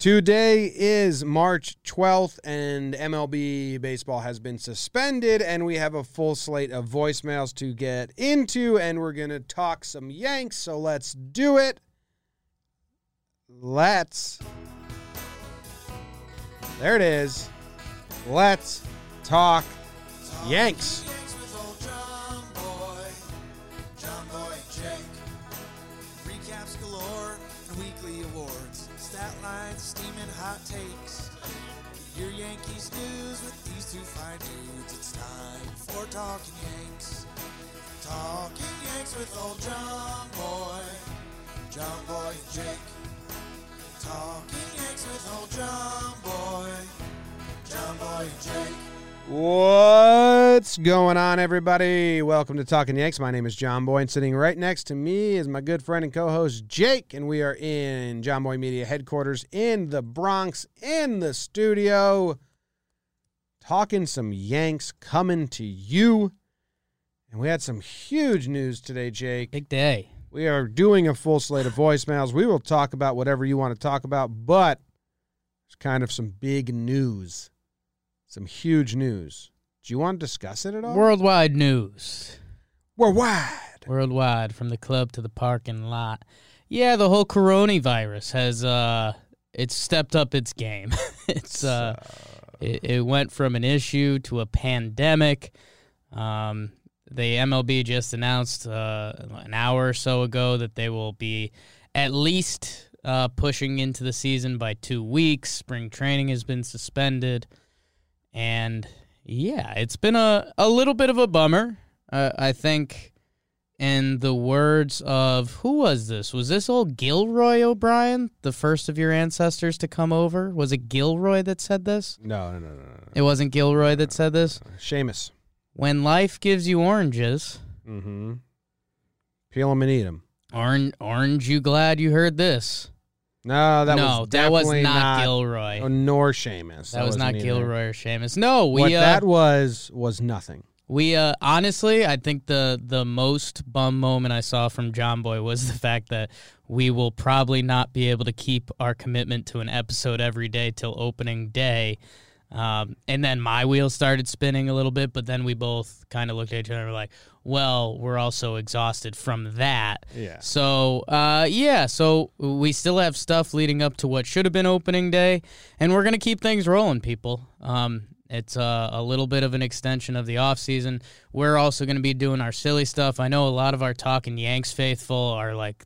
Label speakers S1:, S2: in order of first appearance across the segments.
S1: Today is March 12th, and MLB baseball has been suspended, and we have a full slate of voicemails to get into, and we're going to talk some Yanks, so let's do it. Let's. There it is. Let's talk Yanks.
S2: Yanks with old John Boy, John Boy and Jake. Recaps galore and weekly awards, stat lines, steaming hot takes. Your Yankees news with these two fine dudes. It's time for Talking Yanks. Talking Yanks with old John Boy, John Boy and Jake. Talking Yanks with old John Boy, John Boy and Jake.
S1: What's going on, everybody? Welcome to Talking Yanks. My name is John Boy, and sitting right next to me is my good friend and co host Jake. And we are in John Boy Media headquarters in the Bronx, in the studio, talking some Yanks coming to you. And we had some huge news today, Jake.
S3: Big day.
S1: We are doing a full slate of voicemails. We will talk about whatever you want to talk about, but it's kind of some big news, some huge news. Do you want to discuss it at all?
S3: Worldwide news.
S1: We're wide.
S3: Worldwide, from the club to the parking lot. Yeah, the whole coronavirus has uh it's stepped up its game. it's uh it, it went from an issue to a pandemic. Um the MLB just announced uh, an hour or so ago that they will be at least uh, pushing into the season by two weeks. Spring training has been suspended. And yeah, it's been a, a little bit of a bummer. Uh, I think, in the words of who was this? Was this old Gilroy O'Brien, the first of your ancestors to come over? Was it Gilroy that said this?
S1: No, no, no, no, no.
S3: It wasn't Gilroy that said this.
S1: Uh, Seamus.
S3: When life gives you oranges,
S1: Mm-hmm. Peel them and eat them.
S3: aren't, aren't you glad you heard this?
S1: No, that
S3: no,
S1: was
S3: that was
S1: definitely
S3: not, Gilroy.
S1: oh, nor Seamus.
S3: that, was not
S1: wasn't either.
S3: Gilroy or Seamus. No, we
S1: What
S3: uh,
S1: that was was nothing.
S3: We uh, honestly, I think the the most bum moment I saw from John Boy was the fact that we will probably not be able to keep our commitment to an episode every day till opening day. Um, and then my wheels started spinning a little bit, but then we both kind of looked at each other and were like, "Well, we're also exhausted from that."
S1: Yeah.
S3: So, uh, yeah, so we still have stuff leading up to what should have been opening day, and we're going to keep things rolling, people. Um, it's uh, a little bit of an extension of the off season. We're also going to be doing our silly stuff. I know a lot of our Talking Yanks faithful are like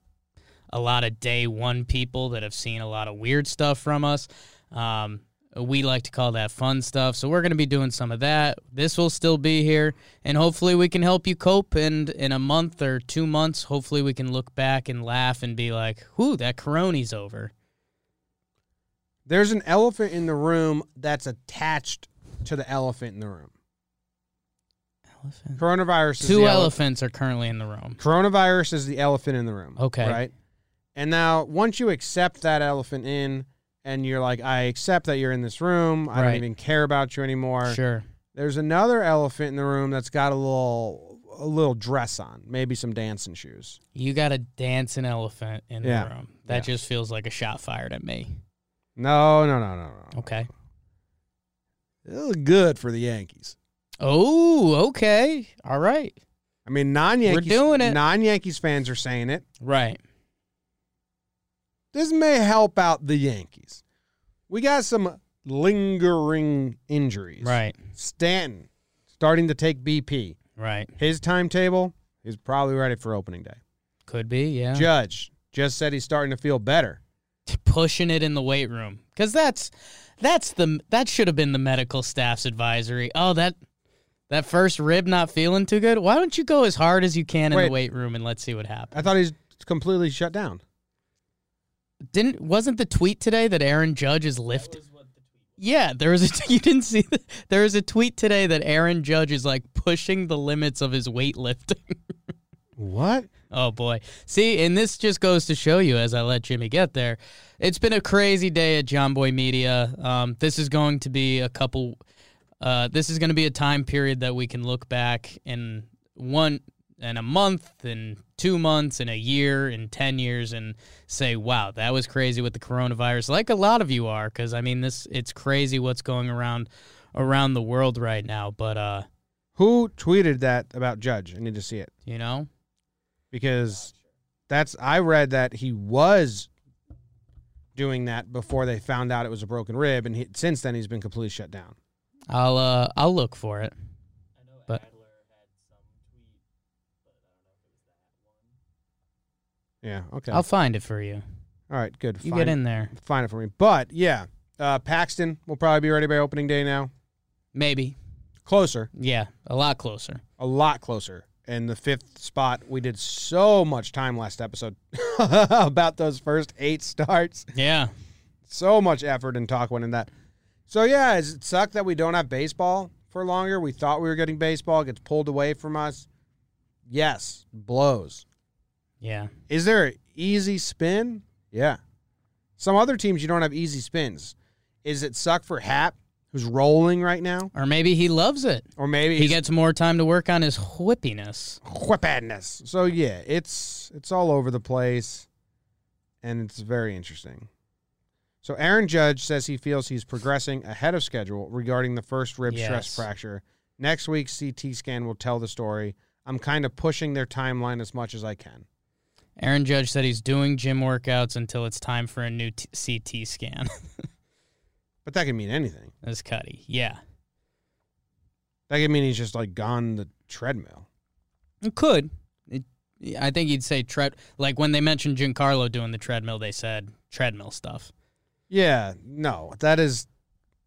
S3: a lot of day one people that have seen a lot of weird stuff from us. Um, we like to call that fun stuff. So we're going to be doing some of that. This will still be here, and hopefully we can help you cope. And in a month or two months, hopefully we can look back and laugh and be like, "Whoo, that Coroni's over."
S1: There's an elephant in the room that's attached to the elephant in the room.
S3: Elephant.
S1: Coronavirus. is
S3: Two
S1: the elephant.
S3: elephants are currently in the room.
S1: Coronavirus is the elephant in the room.
S3: Okay.
S1: Right? And now, once you accept that elephant in, and you're like, I accept that you're in this room, I don't
S3: Right.
S1: even care about you anymore.
S3: Sure.
S1: There's another elephant in the room that's got a little a little dress on, maybe some dancing shoes.
S3: You got to dance an elephant in
S1: Yeah.
S3: the room. That just feels like a shot fired at me.
S1: No, no, no, no, no.
S3: Okay.
S1: This is good for the Yankees.
S3: Oh, okay. All right.
S1: I mean, non-Yankees
S3: doing it.
S1: non-Yankees fans are saying it.
S3: Right.
S1: This may help out the Yankees. We got some lingering injuries.
S3: Right.
S1: Stanton starting to take BP.
S3: Right.
S1: His timetable is probably ready for opening day.
S3: Could be. Yeah.
S1: Judge just said he's starting to feel better.
S3: pushing it in the weight room because that's that's the that should have been the medical staff's advisory. Oh, that that first rib not feeling too good. Why don't you go as hard as you can in
S1: Wait.
S3: the weight room and let's see what happens?
S1: I thought he's completely shut down.
S3: Didn't wasn't the tweet today that Aaron Judge is lifting? Yeah, there was a you didn't see the, there was a tweet today that Aaron Judge is like pushing the limits of his weightlifting.
S1: What?
S3: Oh boy. See, and this just goes to show you as I let Jimmy get there. It's been a crazy day at John Boy Media. Um, this is going to be a couple uh, this is going to be a time period that we can look back and one and a month and two months and a year and 10 years and say wow that was crazy with the coronavirus like a lot of you are because i mean this it's crazy what's going around around the world right now but uh
S1: Who tweeted that about Judge? I need to see it
S3: you know
S1: because that's I read that he was doing that before they found out it was a broken rib, and he, since then he's been completely shut down.
S3: i'll uh i'll look for it but
S1: Yeah. Okay.
S3: i'll find it for you
S1: All right. Good.
S3: you
S1: Fine.
S3: get in there
S1: Find it for me. But yeah, uh, Paxton will probably be ready by opening day now.
S3: maybe
S1: Closer,
S3: yeah a lot closer
S1: a lot closer. And the fifth spot, we did so much time last episode about those first eight starts.
S3: yeah
S1: So much effort and talk went in that. So yeah, it's- it sucked that we don't have baseball for longer. We thought we were getting baseball. It gets pulled away from us. Yes, blows.
S3: yeah
S1: Is there an easy spin? Yeah. Some other teams you don't have easy spins. Is it suck for Hap, who's rolling right now,
S3: or maybe he loves it
S1: or maybe
S3: he
S1: he's
S3: gets more time to work on his whippiness
S1: whippedness? So yeah, it's it's all over the place, and it's very interesting. So Aaron Judge says he feels he's progressing ahead of schedule regarding the first rib stress
S3: Yes.
S1: fracture. Next week's CT scan will tell the story. I'm kind of pushing their timeline as much as I can.
S3: Aaron Judge said he's doing gym workouts until it's time for a new t- CT scan.
S1: But that could mean anything.
S3: That's Cuddy. Yeah.
S1: That could mean he's just like gone the treadmill.
S3: It could. It, I think he'd say tread. Like when they mentioned Giancarlo doing the treadmill, they said treadmill stuff.
S1: Yeah, no, that is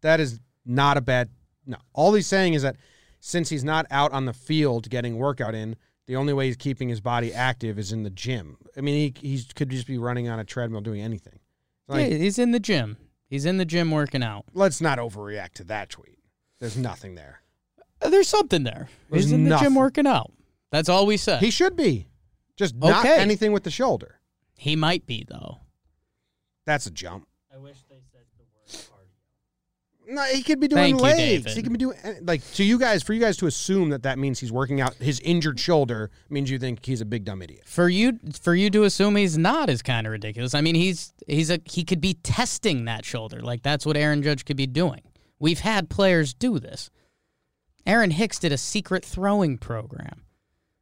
S1: that is not a bad. No, all he's saying is that since he's not out on the field getting workout in, the only way he's keeping his body active is in the gym. I mean, he he could just be running on a treadmill doing anything. Like,
S3: yeah, he's in the gym. He's in the gym working out.
S1: let's not overreact to that tweet. There's nothing there.
S3: Uh, There's something there.
S1: There's
S3: he's in the
S1: nothing.
S3: gym working out. That's all we said.
S1: He should be just not
S3: Okay.
S1: anything with the shoulder.
S3: he might be though.
S1: That's a jump.
S4: I wish they said the word cardio.
S1: No, he could be doing
S3: Thank you,
S1: legs.
S3: David.
S1: he can be doing any- like to you guys. For you guys to assume that that means he's working out his injured shoulder means you think he's a big dumb idiot.
S3: For you, for you to assume he's not is kind of ridiculous. I mean, he's he's a he could be testing that shoulder. Like that's what Aaron Judge could be doing. We've had players do this. Aaron Hicks did a secret throwing program.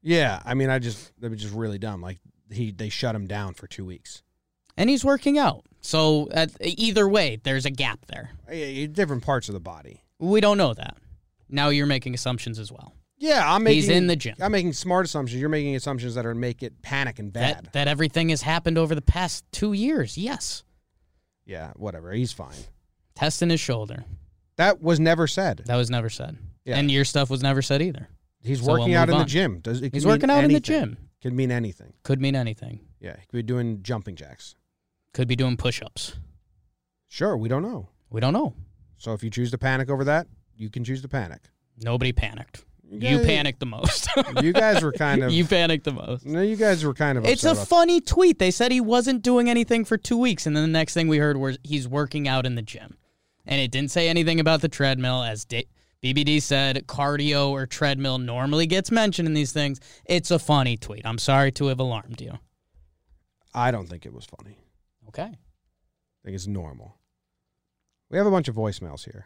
S1: Yeah, I mean, I just that was just really dumb. Like he, they shut him down for two weeks.
S3: and he's working out. So at, either way, there's a gap there.
S1: Eh, Different parts of the body.
S3: We don't know that. Now you're making assumptions as well.
S1: Yeah, I'm making.
S3: He's in the gym.
S1: I'm making smart assumptions. You're making assumptions that are make it panic and bad.
S3: That that everything has happened over the past two years. Yes,
S1: yeah, whatever. He's fine.
S3: testing his shoulder.
S1: That was never said.
S3: That was never said,
S1: Yeah.
S3: and your stuff was never said either.
S1: He's
S3: So
S1: working
S3: we'll
S1: out
S3: move
S1: in the
S3: on.
S1: gym. Does it
S3: He's
S1: mean
S3: working out in the
S1: anything.
S3: gym.
S1: Could mean anything.
S3: Could mean anything.
S1: Yeah, he could be doing jumping jacks.
S3: Could be doing push-ups.
S1: Sure, we don't know.
S3: We don't know.
S1: So if you choose to panic over that, you can choose to panic.
S3: Nobody panicked.
S1: Yeah.
S3: You panicked the most.
S1: You guys were kind of.
S3: you panicked the most.
S1: no, you guys were kind of.
S3: It's
S1: upset
S3: a
S1: about
S3: funny tweet. They said he wasn't doing anything for two weeks, and then the next thing we heard was he's working out in the gym, and it didn't say anything about the treadmill. As da- BBD said, cardio or treadmill normally gets mentioned in these things. It's a funny tweet. I'm sorry to have alarmed you.
S1: I don't think it was funny.
S3: Okay.
S1: I think it's normal. We have a bunch of voicemails here.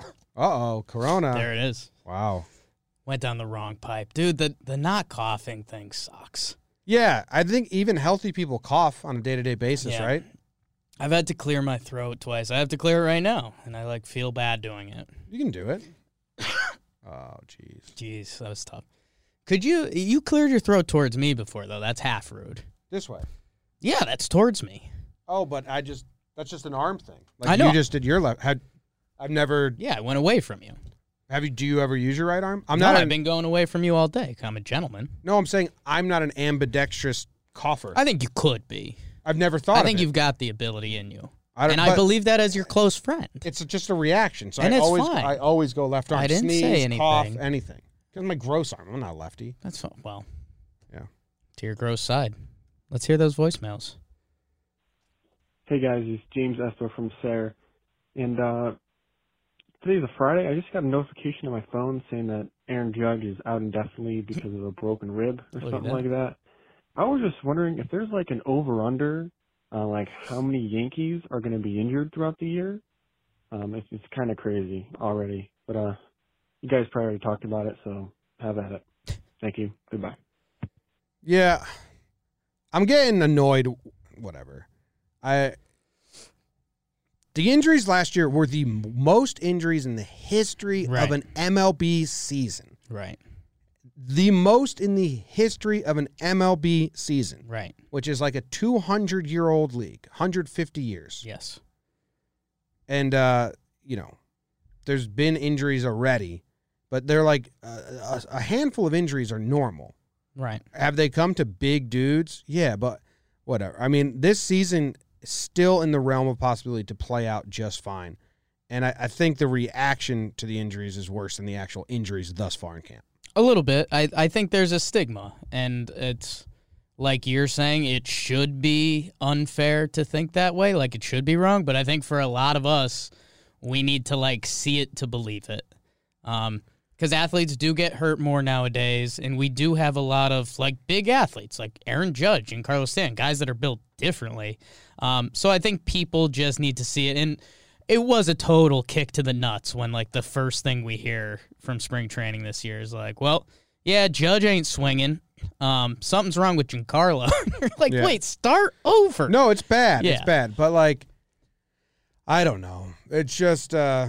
S1: uh oh, Corona.
S3: There it is.
S1: Wow.
S3: Went down the wrong pipe, dude. The the not coughing thing sucks.
S1: Yeah, I think even healthy people cough on a day to day basis,
S3: Yeah.
S1: right?
S3: I've had to clear my throat twice. I have to clear it right now, and I like feel bad doing it.
S1: You can do it. oh, jeez.
S3: Jeez, that was tough. Could you you cleared your throat towards me before though? That's half rude.
S1: This way.
S3: Yeah, that's towards me.
S1: Oh, but I just, that's just an arm thing. Like
S3: I know.
S1: You just did your left. Had, I've never,
S3: Yeah, I went away from you.
S1: have you, do you ever use your right arm? I'm
S3: no,
S1: not,
S3: I've
S1: an-
S3: been going away from you all day. 'cause I'm a gentleman.
S1: no, I'm saying I'm not an ambidextrous cougher.
S3: I think you could be.
S1: I've never thought
S3: I
S1: of
S3: think
S1: it.
S3: you've got the ability in you,
S1: I don't-
S3: and I
S1: but-
S3: believe that as your close friend.
S1: It's just a reaction. So
S3: And
S1: I
S3: it's
S1: always
S3: fine.
S1: I always go left arm.
S3: I didn't
S1: Sneeze,
S3: say
S1: Cough,
S3: anything.
S1: anything. Because my gross arm. I'm not lefty.
S3: That's fine. Well,
S1: Yeah.
S3: To your gross side. Let's hear those voicemails.
S5: Hey guys, it's James Esper from SARE. And uh, today's a Friday. I just got a notification on my phone saying that Aaron Judge is out indefinitely because of a broken rib or
S3: Look at
S5: something
S3: that.
S5: like that. I was just wondering if there's like an over under, uh, like how many Yankees are going to be injured throughout the year. Um, it's it's kind of crazy already, but uh, you guys probably already talked about it, so have at it. Thank you. Goodbye.
S1: Yeah. I'm getting annoyed whatever. I The injuries last year were the m- most injuries in the history
S3: Right.
S1: of an MLB season.
S3: Right.
S1: The most in the history of an MLB season,
S3: Right.
S1: which is like a 200-year-old league, 150 years.
S3: Yes.
S1: And uh, you know, there's been injuries already, but they're like uh, a, a handful of injuries are normal.
S3: Right.
S1: Have they come to big dudes? Yeah, but whatever. I mean, this season is still in the realm of possibility to play out just fine. And I, I think the reaction to the injuries is worse than the actual injuries thus far in camp.
S3: A little bit. I, I think there's a stigma, and it's like you're saying, it should be unfair to think that way. Like it should be wrong, but I think for a lot of us, we need to like see it to believe it. Um, because athletes do get hurt more nowadays, and we do have a lot of like big athletes, like Aaron Judge and Carlos Stan, guys that are built differently. Um, so I think people just need to see it, and it was a total kick to the nuts when like the first thing we hear from spring training this year is like, well, yeah, Judge ain't swinging. Um, something's wrong with Giancarlo. You're like,
S1: Yeah.
S3: wait, start over.
S1: No, it's bad. It's
S3: Yeah.
S1: bad. But like I don't know. It's just uh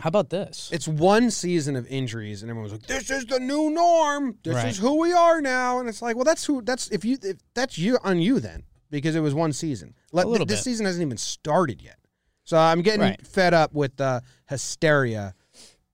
S3: How about this?
S1: it's one season of injuries and everyone's like, This is the new norm. This
S3: Right.
S1: is who we are now. And it's like, well that's who that's if you if that's you on you then, because it was one season. Let,
S3: A little
S1: this
S3: bit.
S1: season hasn't even started yet. So I'm getting
S3: Right.
S1: fed up with uh, hysteria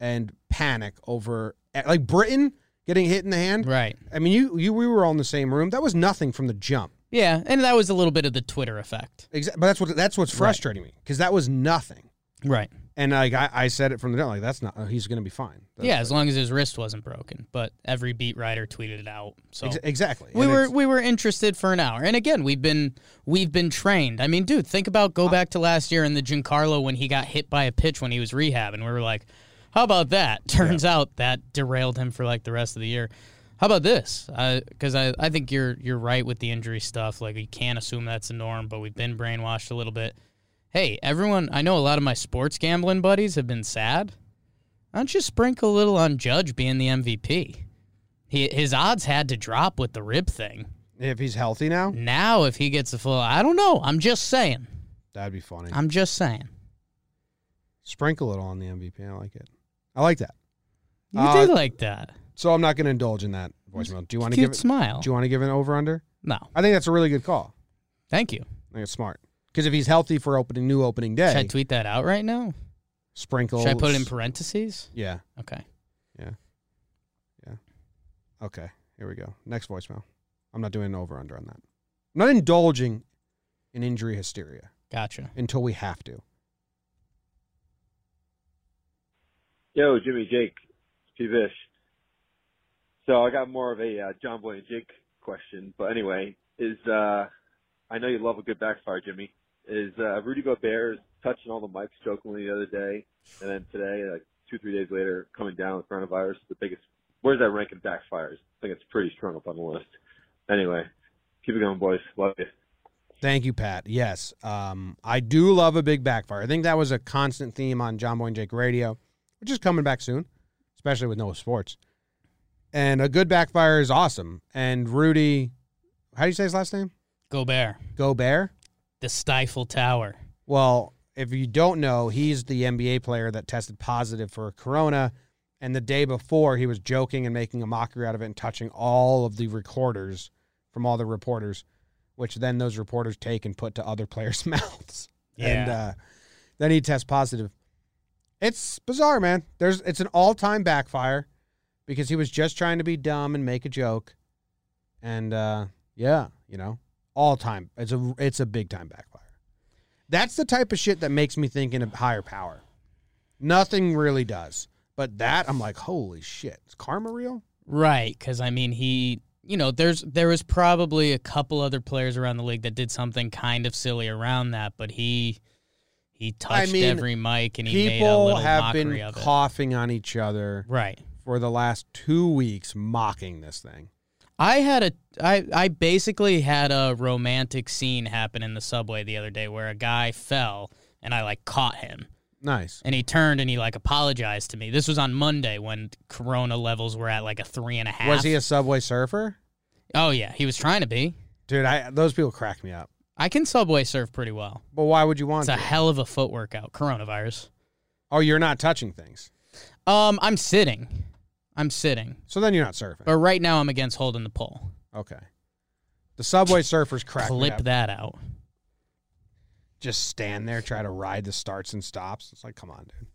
S1: and panic over eh, like Britain getting hit in the hand.
S3: right.
S1: I mean, you you we were all in the same room. That was nothing from the jump.
S3: Yeah, and that was a little bit of the Twitter effect.
S1: Exactly, but that's what that's what's frustrating me because that was nothing.
S3: Right.
S1: And like I, I said it from the jump, like that's not. Oh, he's going to be fine. That's-
S3: yeah, as long as his wrist wasn't broken. But every beat writer tweeted it out. So
S1: ex- exactly.
S3: we
S1: And
S3: were
S1: it's-
S3: we were interested for an hour. And again, we've been we've been trained. I mean, dude, think about
S1: Uh,
S3: go back to last year in the Giancarlo when he got hit by a pitch when he was rehabbing. We were like, how about that? Turns out that derailed him for like the rest of the year. How about this? Because I, I think you're you're right with the injury stuff. Like we can't assume that's the norm, but we've been brainwashed a little bit. Hey, everyone! I know a lot of my sports gambling buddies have been sad. Why don't you sprinkle a little on Judge being the MVP? He, his odds had to drop with the rib thing.
S1: if he's healthy now,
S3: Now, if he gets a full, I don't know. I'm just saying.
S1: that'd be funny.
S3: I'm just saying.
S1: Sprinkle it all on the MVP. I like it. I like that.
S3: You
S1: Uh,
S3: did like that.
S1: So I'm not going to indulge in that voicemail. Do you want to
S3: Cute
S1: give it?
S3: smile.
S1: Do you want to give an over under?
S3: no,
S1: I think that's a really good call.
S3: thank you.
S1: I think it's smart because if he's healthy for opening new opening
S3: Should I
S1: day,
S3: tweet that out right now?
S1: sprinkle.
S3: Should I put it in parentheses?
S1: Yeah.
S3: Okay.
S1: Okay. Here we go. Next voicemail. I'm not doing an over under on that. I'm not indulging in injury hysteria
S3: Gotcha.
S1: until we have to.
S6: Yo, Jimmy, Jake, Steve Ish. So I got more of a uh, John Boy and Jake question, but anyway, is uh, I know you love a good backfire, Jimmy. Is uh, Rudy Gobert is touching all the mics jokingly the other day, and then today, like two three days later, coming down with coronavirus, the biggest. Where's that rank in backfires? I think it's pretty strong up on the list. Anyway, keep it going, boys. Love you.
S1: Thank you, Pat. Yes, um, I do love a big backfire. I think that was a constant theme on John Boy and Jake Radio, which is coming back soon, especially with no sports. And a good backfire is awesome. And Rudy, how do you say his last name?
S3: Gobert,
S1: Gobert.
S3: the Stifle Tower.
S1: Well, if you don't know, he's the NBA player that tested positive for corona. And the day before, he was joking and making a mockery out of it and touching all of the recorders from all the reporters, which then those reporters take and put to other players' mouths. And
S3: Yeah.
S1: uh, then he tests positive. It's bizarre, man. There's it's an all time backfire because he was just trying to be dumb and make a joke. And uh, yeah, you know, all time. It's a it's a big time backfire. That's the type of shit that makes me think in a higher power. Nothing really does. But that I'm like, holy shit. Is karma real?
S3: Right, because I mean, he, you know, there's there was probably a couple other players around the league that did something kind of silly around that, but he he He touched
S1: mean,
S3: every mic and he made a
S1: People
S3: little
S1: have
S3: mockery
S1: been
S3: of it.
S1: coughing on each other
S3: Right.
S1: for the last two weeks, mocking this thing.
S3: I had a I I basically had a romantic scene happen in the subway the other day where a guy fell and I like caught him
S1: Nice.
S3: and he turned and he like apologized to me. This was on Monday when corona levels were at like a three and a half.
S1: Was he a subway surfer?
S3: oh yeah, he was trying to be.
S1: Dude, I those people crack me up.
S3: I can subway surf pretty well.
S1: But why would you want
S3: It's a
S1: to?
S3: hell of a foot workout. Coronavirus.
S1: Oh, you're not touching things.
S3: Um, I'm sitting. I'm sitting.
S1: So then you're not surfing.
S3: But right now I'm against holding the pole.
S1: Okay. The subway surfers crack me
S3: Clip
S1: up.
S3: that out.
S1: Just stand there, try to ride the starts and stops. It's like, come on, dude.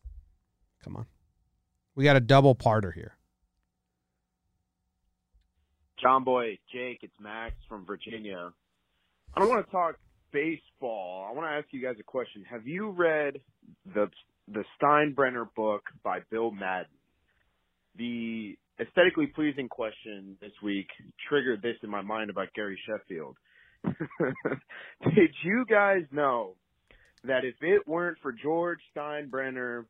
S1: Come on. We got a double parter here.
S6: John Boy, Jake, it's Max from Virginia. I don't want to talk baseball. I want to ask you guys a question. Have you read the the Steinbrenner book by Bill Madden? The aesthetically pleasing question this week triggered this in my mind about Gary Sheffield. Did you guys know that if it weren't for George Steinbrenner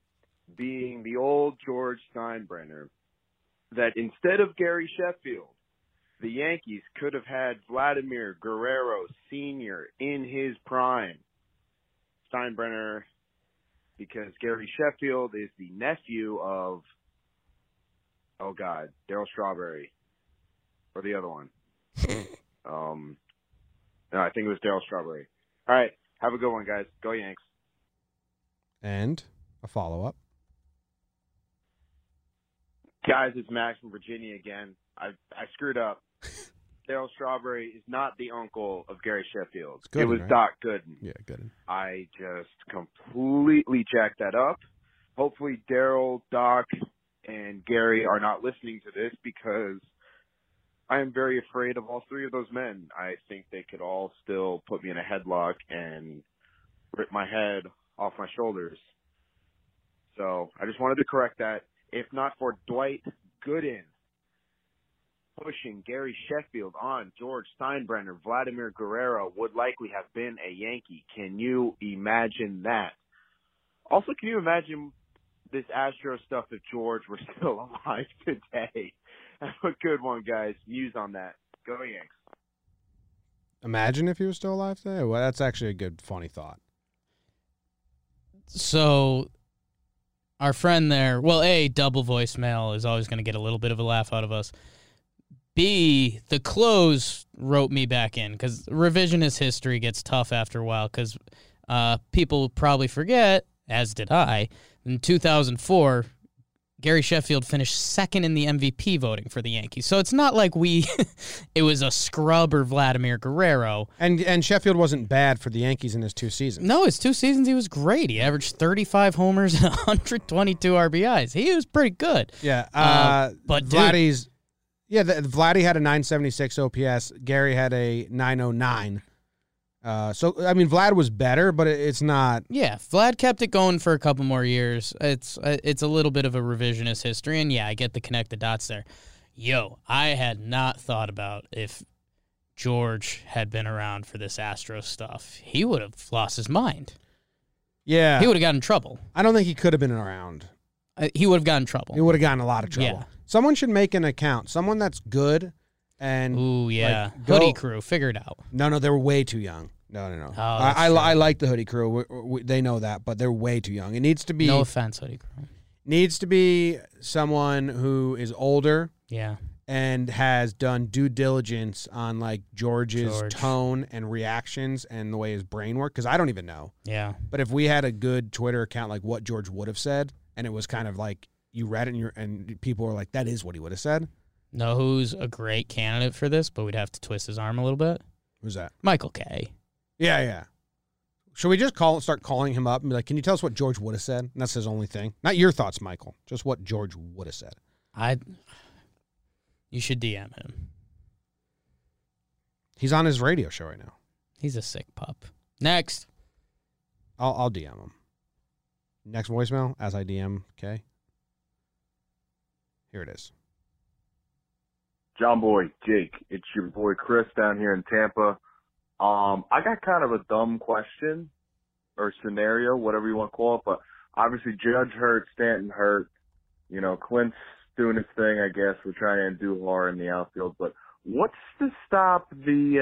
S6: being the old George Steinbrenner, that instead of Gary Sheffield, the Yankees could have had Vladimir Guerrero Sr. in his prime. Steinbrenner, because Gary Sheffield is the nephew of, oh God, Daryl Strawberry, or the other one. um, no, I think it was Daryl Strawberry. All right, have a good one, guys. Go Yanks.
S1: And a follow up.
S6: Guys, it's Max from Virginia again. I I screwed up. Daryl Strawberry is not the uncle of Gary Sheffield.
S1: Gooden,
S6: it was
S1: right?
S6: Doc Gooden.
S1: Yeah, good.
S6: I just completely jacked that up. Hopefully, Daryl, Doc, and Gary are not listening to this because I am very afraid of all three of those men. I think they could all still put me in a headlock and rip my head off my shoulders. So I just wanted to correct that. If not for Dwight Gooden pushing Gary Sheffield on George Steinbrenner, Vladimir Guerrero would likely have been a Yankee. Can you imagine that? Also, can you imagine this Astro stuff if George were still alive today? Have a good one, guys. Muse on that. Go Yanks.
S1: Imagine if he was still alive today. Well, that's actually a good, funny thought.
S3: So our friend there, well, A, double voicemail is always going to get a little bit of a laugh out of us. B, the close wrote me back in because revisionist history gets tough after a while because uh, people probably forget, as did I, in 2004, Gary Sheffield finished second in the MVP voting for the Yankees. So it's not like we, it was a scrub or Vladimir Guerrero.
S1: And and Sheffield wasn't bad for the Yankees in his two seasons.
S3: No, his two seasons he was great. He averaged 35 homers and 122 RBIs. He was pretty good.
S1: Yeah, uh,
S3: Uh, but, dude-
S1: Vladdy's. yeah, the, Vladdy had a 976 OPS. Gary had a 909. Uh, so I mean, Vlad was better, but it, it's not.
S3: Yeah, Vlad kept it going for a couple more years. It's uh, it's a little bit of a revisionist history, and yeah, I get the connect the dots there. Yo, I had not thought about if George had been around for this Astro stuff, he would have lost his mind.
S1: Yeah,
S3: He would have gotten in trouble.
S1: I don't think he could have been around.
S3: Uh, he would have gotten in
S1: He
S3: trouble.
S1: would have gotten in a lot of trouble.
S3: Yeah.
S1: Someone should make an account. Someone that's good. And
S3: Ooh, yeah,
S1: Like, go-
S3: hoodie crew, figure it out.
S1: no, no, they're way too young. No, no, no.
S3: Oh,
S1: I,
S3: that's
S1: I,
S3: true.
S1: I like the hoodie crew. We, we, they know that, but they're way too young. It needs to be
S3: No offense, hoodie crew.
S1: needs to be someone who is older.
S3: Yeah,
S1: and has done due diligence on like George's
S3: George.
S1: tone and reactions and the way his brain worked. Because I don't even know.
S3: yeah.
S1: But if we had a good Twitter account, like what George would have said, and it was kind of like you read it and, you're, and people were like, "That is what he would have said."
S3: know who's a great candidate for this, but we'd have to twist his arm a little bit.
S1: Who's that?
S3: Michael K.
S1: Yeah, yeah. Should we just call start calling him up and be like, "Can you tell us what George would have said?" And that's his only thing. Not your thoughts, Michael. Just what George would have said.
S3: I you should DM him.
S1: He's on his radio show right now.
S3: He's a sick pup. Next.
S1: I'll, I'll DM him. Next voicemail as I DM. Okay. Here it is.
S7: John Boy, Jake, it's your boy Chris down here in Tampa. Um, I got kind of a dumb question, or scenario, whatever you want to call it. But obviously, Judge hurt, Stanton hurt. You know, Clint's doing his thing, I guess. We're trying to do hard in the outfield, but what's to stop the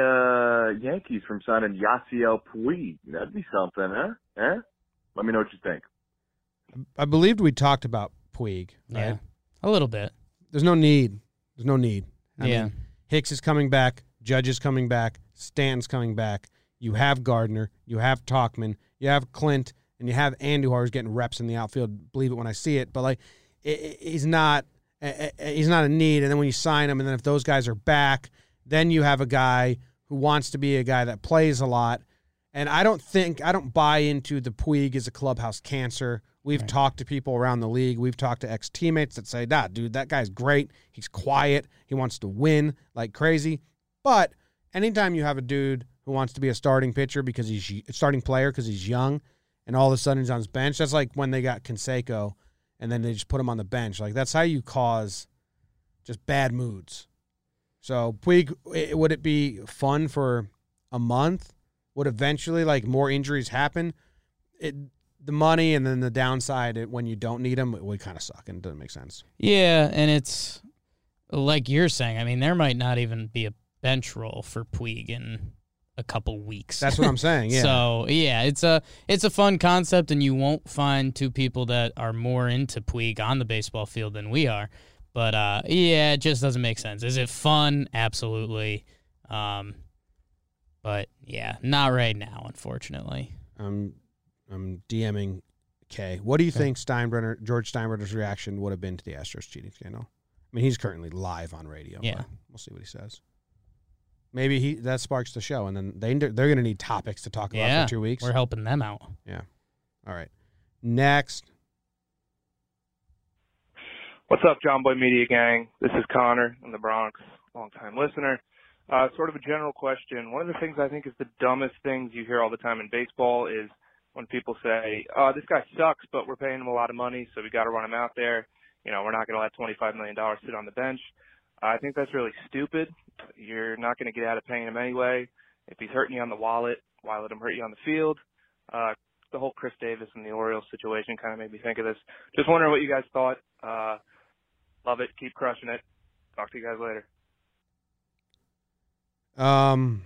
S7: uh Yankees from signing Yasiel Puig? That'd be something, huh? Huh? Let me know what you think.
S1: I believed we talked about Puig.
S3: Yeah.
S1: Right?
S3: A little bit.
S1: There's no need. There's no need. I
S3: Yeah.
S1: mean, Hicks is coming back. Judge is coming back. Stan's coming back. You have Gardner. You have Talkman. You have Clint, and you have Andujar who's getting reps in the outfield. Believe it when I see it. But like, i i he's not. i- i- He's not a need. And then when you sign him, and then if those guys are back, then you have a guy who wants to be a guy that plays a lot. And I don't think I don't buy into the Puig is a clubhouse cancer. We've talked to people around the league. We've talked to ex teammates that say, "Nah, dude, that guy's great. He's quiet. He wants to win like crazy." But anytime you have a dude who wants to be a starting pitcher because he's y- starting player because he's young, and all of a sudden he's on his bench, that's like when they got Canseco, and then they just put him on the bench. Like that's how you cause just bad moods. So Puig, i- would it be fun for a month? would eventually like more injuries happen it the money and then the downside it, when you don't need them it would kind of suck and it doesn't make sense
S3: Yeah, and it's like you're saying. I mean, there might not even be a bench role for Puig in a couple weeks.
S1: that's what i'm saying yeah
S3: So yeah, it's a it's a fun concept, and you won't find two people that are more into Puig on the baseball field than we are. But uh, yeah, it just doesn't make sense. Is it fun? Absolutely. Um, but yeah, not right now, unfortunately.
S1: i'm i'm dming kay what do you think steinbrenner george steinbrenner's reaction would have been to the astros cheating scandal i mean he's currently live on radio
S3: Yeah.
S1: but we'll see what he says maybe he that sparks the show and then they they're gonna need topics to talk about
S3: yeah,
S1: for two weeks
S3: we're helping them out.
S1: all right next
S8: What's up, John Boy Media Gang? This is Connor in the Bronx, longtime listener. Uh, sort of a general question. One of the things I think is the dumbest things you hear all the time in baseball is when people say, uh, this guy sucks, but we're paying him a lot of money, so we got to run him out there. You know, we're not going to let $25 million sit on the bench. I think that's really stupid. You're not going to get out of paying him anyway. If he's hurting you on the wallet, why let him hurt you on the field? Uh, the whole Chris Davis and the Orioles situation kind of made me think of this. Just wondering what you guys thought. Uh, Love it. Keep crushing it. Talk to you guys later.
S1: Um,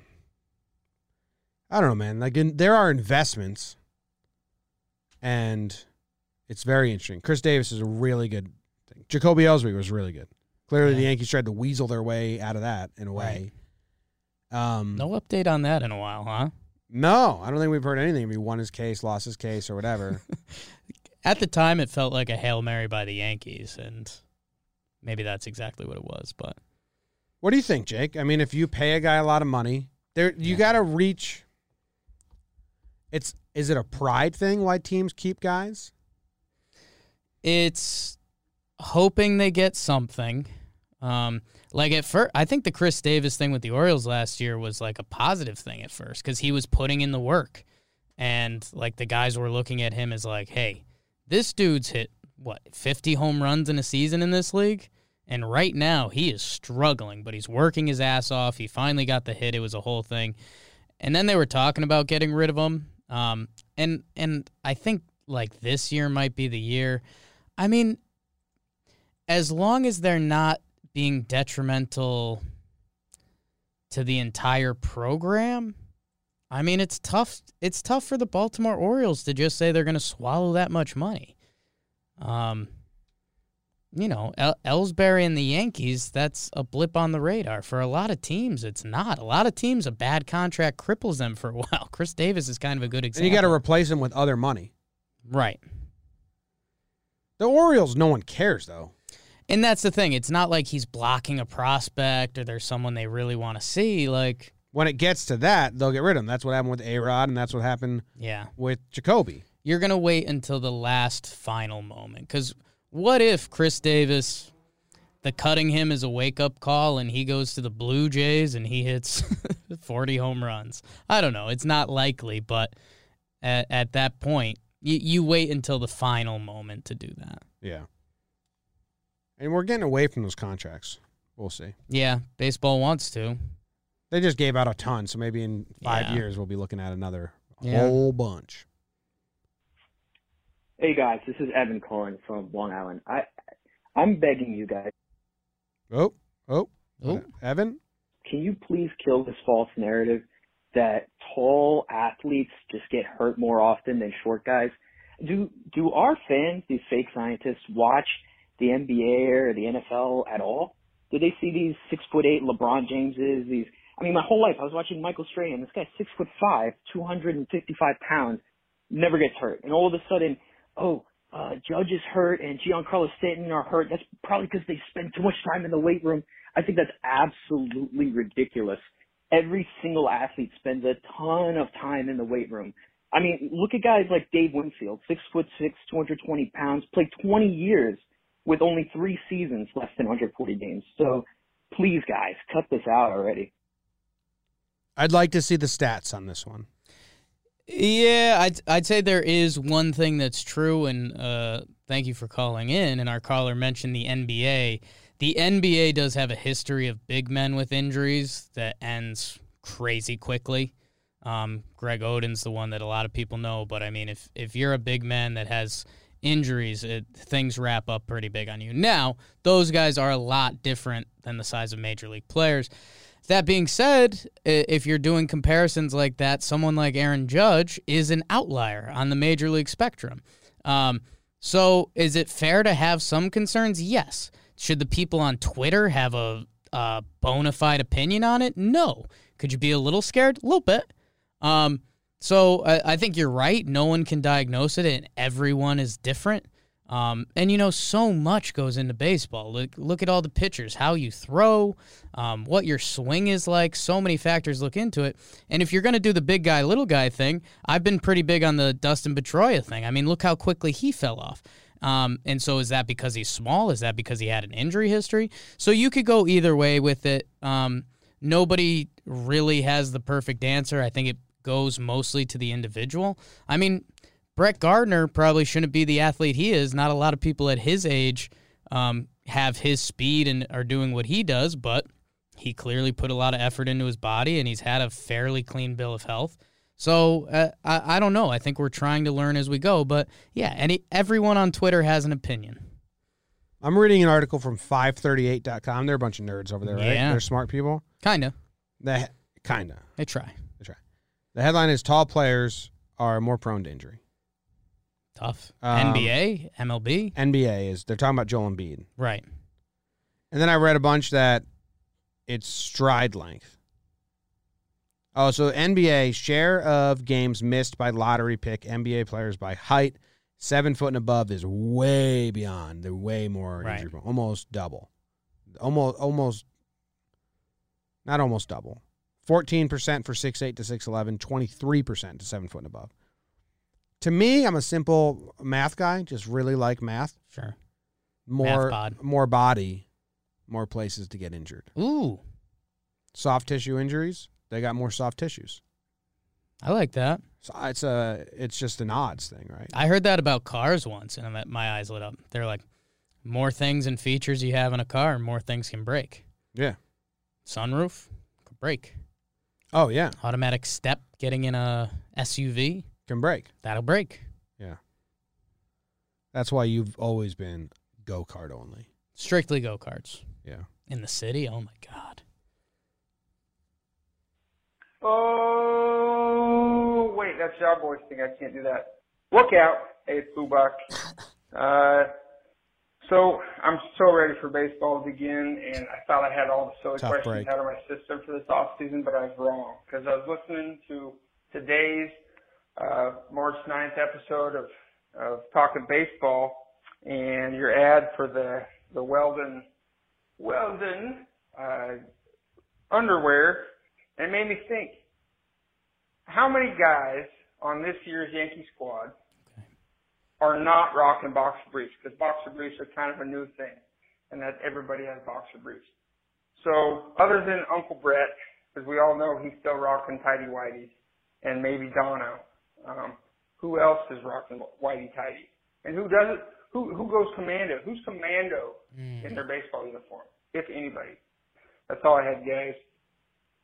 S1: I don't know, man. Like in, there are investments, and it's very interesting. Chris Davis is a really good thing. Jacoby Ellsbury was really good. Clearly, the
S3: Yeah.
S1: Yankees tried to weasel their way out of that in a way. Um,
S3: No update on that in a while, huh?
S1: no, I don't think we've heard anything. He won his case, lost his case, or whatever.
S3: At the time, it felt like a hail mary by the Yankees, and maybe that's exactly what it was. But
S1: what do you think, Jake? I mean, if you pay a guy a lot of money, there you got to reach. It's is it a pride thing why teams keep guys?
S3: it's hoping they get something. Um, like at first, I think the Chris Davis thing with the Orioles last year was like a positive thing at first because he was putting in the work, and like the guys were looking at him as like, "Hey, this dude's hit what 50 home runs in a season in this league." And right now he is struggling, but he's working his ass off. He finally got the hit. It was a whole thing. And then they were talking about getting rid of him. Um, and and I think like this year might be the year. I mean, as long as they're not being detrimental to the entire program, I mean, it's tough. It's tough for the Baltimore Orioles to just say they're going to swallow that much money. Um, you know, El- Ellsbury and the Yankees, that's a blip on the radar. For a lot of teams, it's not. A lot of teams, a bad contract cripples them for a while. Chris Davis is kind of a good
S1: And
S3: example.
S1: you got to replace him with other money.
S3: right.
S1: The Orioles, no one cares though.
S3: And that's the thing. It's not like he's blocking a prospect or there's someone they really want to see. Like,
S1: When it gets to that, they'll get rid of him. That's what happened with A Rod, and that's what happened
S3: yeah,
S1: with Jacoby.
S3: you're going to wait until the last final moment. Because what if Chris Davis, the cutting him is a wake up call and he goes to the Blue Jays and he hits 40 home runs? I don't know. It's not likely, but at, at that point, you, you wait until the final moment to do that.
S1: Yeah. And we're getting away from those contracts. We'll see.
S3: Yeah, baseball wants to.
S1: They just gave out a ton, so maybe in five
S3: Yeah.
S1: years we'll be looking at another
S3: Yeah.
S1: whole bunch.
S9: Hey guys, this is Evan calling from Long Island. I I'm begging you guys,
S1: Oh, oh,
S3: Oh,
S1: Evan.
S9: can you please kill this false narrative that tall athletes just get hurt more often than short guys? Do do our fans, these fake scientists, watch the NBA or the NFL at all? Do they see these six foot eight LeBron Jameses? These I mean, my whole life I was watching Michael Strahan. This guy's six foot five, two hundred and fifty five pounds, never gets hurt, and all of a sudden, oh. Uh, Judge is hurt and Giancarlo Stanton are hurt. That's probably because they spend too much time in the weight room. I think that's absolutely ridiculous. Every single athlete spends a ton of time in the weight room. I mean, look at guys like Dave Winfield, six foot six, 220 pounds, played 20 years with only three seasons less than 140 games. So please guys, cut this out already.
S1: I'd like to see the stats on this one.
S3: Yeah, I'd, I'd say there is one thing that's true, and uh, thank you for calling in. And our caller mentioned the NBA. The NBA does have a history of big men with injuries that ends crazy quickly. Um, Greg Oden's the one that a lot of people know, but I mean, if if you're a big man that has injuries, it, things wrap up pretty big on you. Now, those guys are a lot different than the size of major league players. That being said, i- if you're doing comparisons like that, someone like Aaron Judge is an outlier on the major league spectrum. Um, so, is it fair to have some concerns? Yes. Should the people on Twitter have a, a bona fide opinion on it? No. Could you be a little scared? A little bit. Um, so I, I think you're right. No one can diagnose it, and everyone is different. Um, and you know, so much goes into baseball. Look, look at all the pitchers, how you throw, um, what your swing is like. So many factors look into it. And if you're going to do the big guy, little guy thing, I've been pretty big on the Dustin Pedroia thing. I mean, look how quickly he fell off. Um, and so is that because he's small? Is that because he had an injury history? So you could go either way with it. Um, nobody really has the perfect answer. I think it goes mostly to the individual. I mean, Brett Gardner probably shouldn't be the athlete he is. Not a lot of people at his age um, have his speed and are doing what he does, but he clearly put a lot of effort into his body and he's had a fairly clean bill of health. So uh, I, I don't know. I think we're trying to learn as we go, but yeah, any everyone on Twitter has an opinion.
S1: I'm reading an article from 538.com. They're a bunch of nerds over there, right?
S3: Yeah.
S1: They're smart people.
S3: Kinda,
S1: They kind of.
S3: they try.
S1: The headline is tall players are more prone to injury.
S3: Tough.
S1: Um,
S3: NBA, MLB,
S1: NBA is they're talking about Joel Embiid.
S3: right?
S1: And then I read a bunch that it's stride length. Oh, so NBA share of games missed by lottery pick, NBA players by height, seven foot and above is way beyond. They're way more
S3: Right.
S1: injury prone, almost double, almost almost, not almost double. Fourteen percent for six eight to six eleven, 23 percent to seven foot and above. To me, I'm a simple math guy. Just really like math.
S3: Sure.
S1: More
S3: bod.
S1: more body, more places to get injured.
S3: Ooh,
S1: Soft tissue injuries, they got more soft tissues.
S3: I like that.
S1: So uh, it's a it's just an odds thing, right?
S3: I heard that about cars once, and I'm- my eyes lit up. They're like, more things and features you have in a car, more things can break.
S1: Yeah.
S3: Sunroof, could break.
S1: Oh yeah,
S3: Automatic step getting in a SUV,
S1: can break.
S3: that'll break.
S1: That's why you've always been go kart only.
S3: Strictly go karts
S1: Yeah.
S3: in the city. Oh my god.
S10: Oh, wait, that's Job Boys thing. I can't do that. Look out. Hey, it's Bubak. Uh, so I'm so ready for baseball to begin, and I thought I had all the silly
S1: Tough
S10: questions
S1: break.
S10: out of my system for this off season, but I was wrong because I was listening to today's uh, March 9th episode of, of Talking Baseball, and your ad for the the Weldon Weldon uh, underwear, and it made me think how many guys on this year's Yankee squad are not rocking boxer briefs because boxer briefs are kind of a new thing, and that everybody has boxer briefs. So other than Uncle Brett, because we all know he's still rocking tidy whities, and maybe Dono, um, who else is rocking whitey tidy? And who doesn't? Who who goes commando? Who's commando in their baseball uniform, if anybody? That's all I had, guys.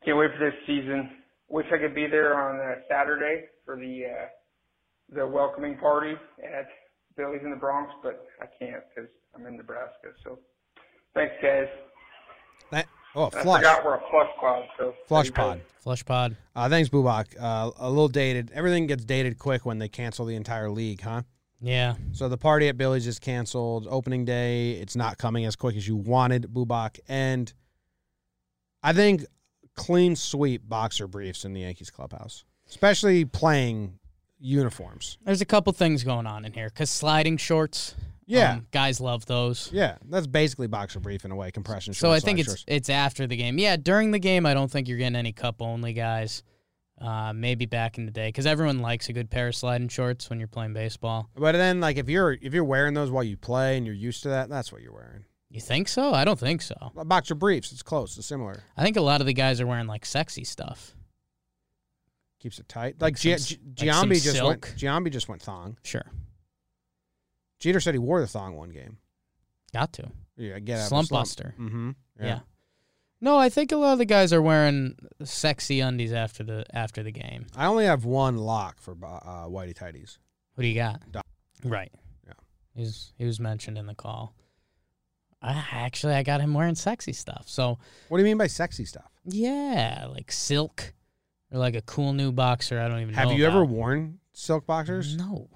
S10: Can't wait for this season. Wish I could be there on uh, Saturday for the uh, the welcoming party at Billy's in the Bronx, but I can't because I'm in Nebraska. So thanks, guys.
S1: That- oh,
S10: I
S1: flush.
S10: forgot we're a flush pod. So
S1: Flush pod.
S3: Flush pod.
S1: Uh, thanks, Bubak. Uh, a little dated. Everything gets dated quick when they cancel the entire league, huh?
S3: Yeah.
S1: So the party at Billy's is canceled. Opening day, it's not coming as quick as you wanted, Bubak. And I think clean sweep boxer briefs in the Yankees clubhouse, especially playing uniforms.
S3: There's a couple things going on in here because sliding shorts.
S1: Yeah.
S3: um, guys love those.
S1: Yeah, that's basically boxer brief in a way, compression shorts.
S3: So I think
S1: slide
S3: it's
S1: shorts.
S3: it's after the game. Yeah, during the game, I don't think you're getting any cup only guys. Uh, maybe back in the day because everyone likes a good pair of sliding shorts when you're playing baseball.
S1: But then, like, if you're if you're wearing those while you play and you're used to that, that's what you're wearing.
S3: You think so? I don't think so.
S1: Boxer briefs, it's close, it's similar.
S3: I think a lot of the guys are wearing like sexy stuff.
S1: Keeps it tight. Like,
S3: Like
S1: Gi-
S3: some s-
S1: Gi-
S3: like some
S1: Giambi just went.
S3: silk.
S1: Giambi just went thong.
S3: Sure,
S1: Jeter said he wore the thong one game.
S3: got to.
S1: Yeah, get out of a
S3: Slump
S1: slump
S3: buster.
S1: Mm-hmm.
S3: Yeah. No, I think a lot of the guys are wearing sexy undies after the after the game.
S1: I only have one lock for uh, Whitey Tidies.
S3: Who do you got?
S1: Doc.
S3: Right.
S1: Yeah.
S3: He was he was mentioned in the call. I actually I got him wearing sexy stuff. So
S1: What do you mean by sexy stuff?
S3: yeah, like silk or like a cool new boxer. I don't even know.
S1: have you ever
S3: about.
S1: worn silk boxers?
S3: No.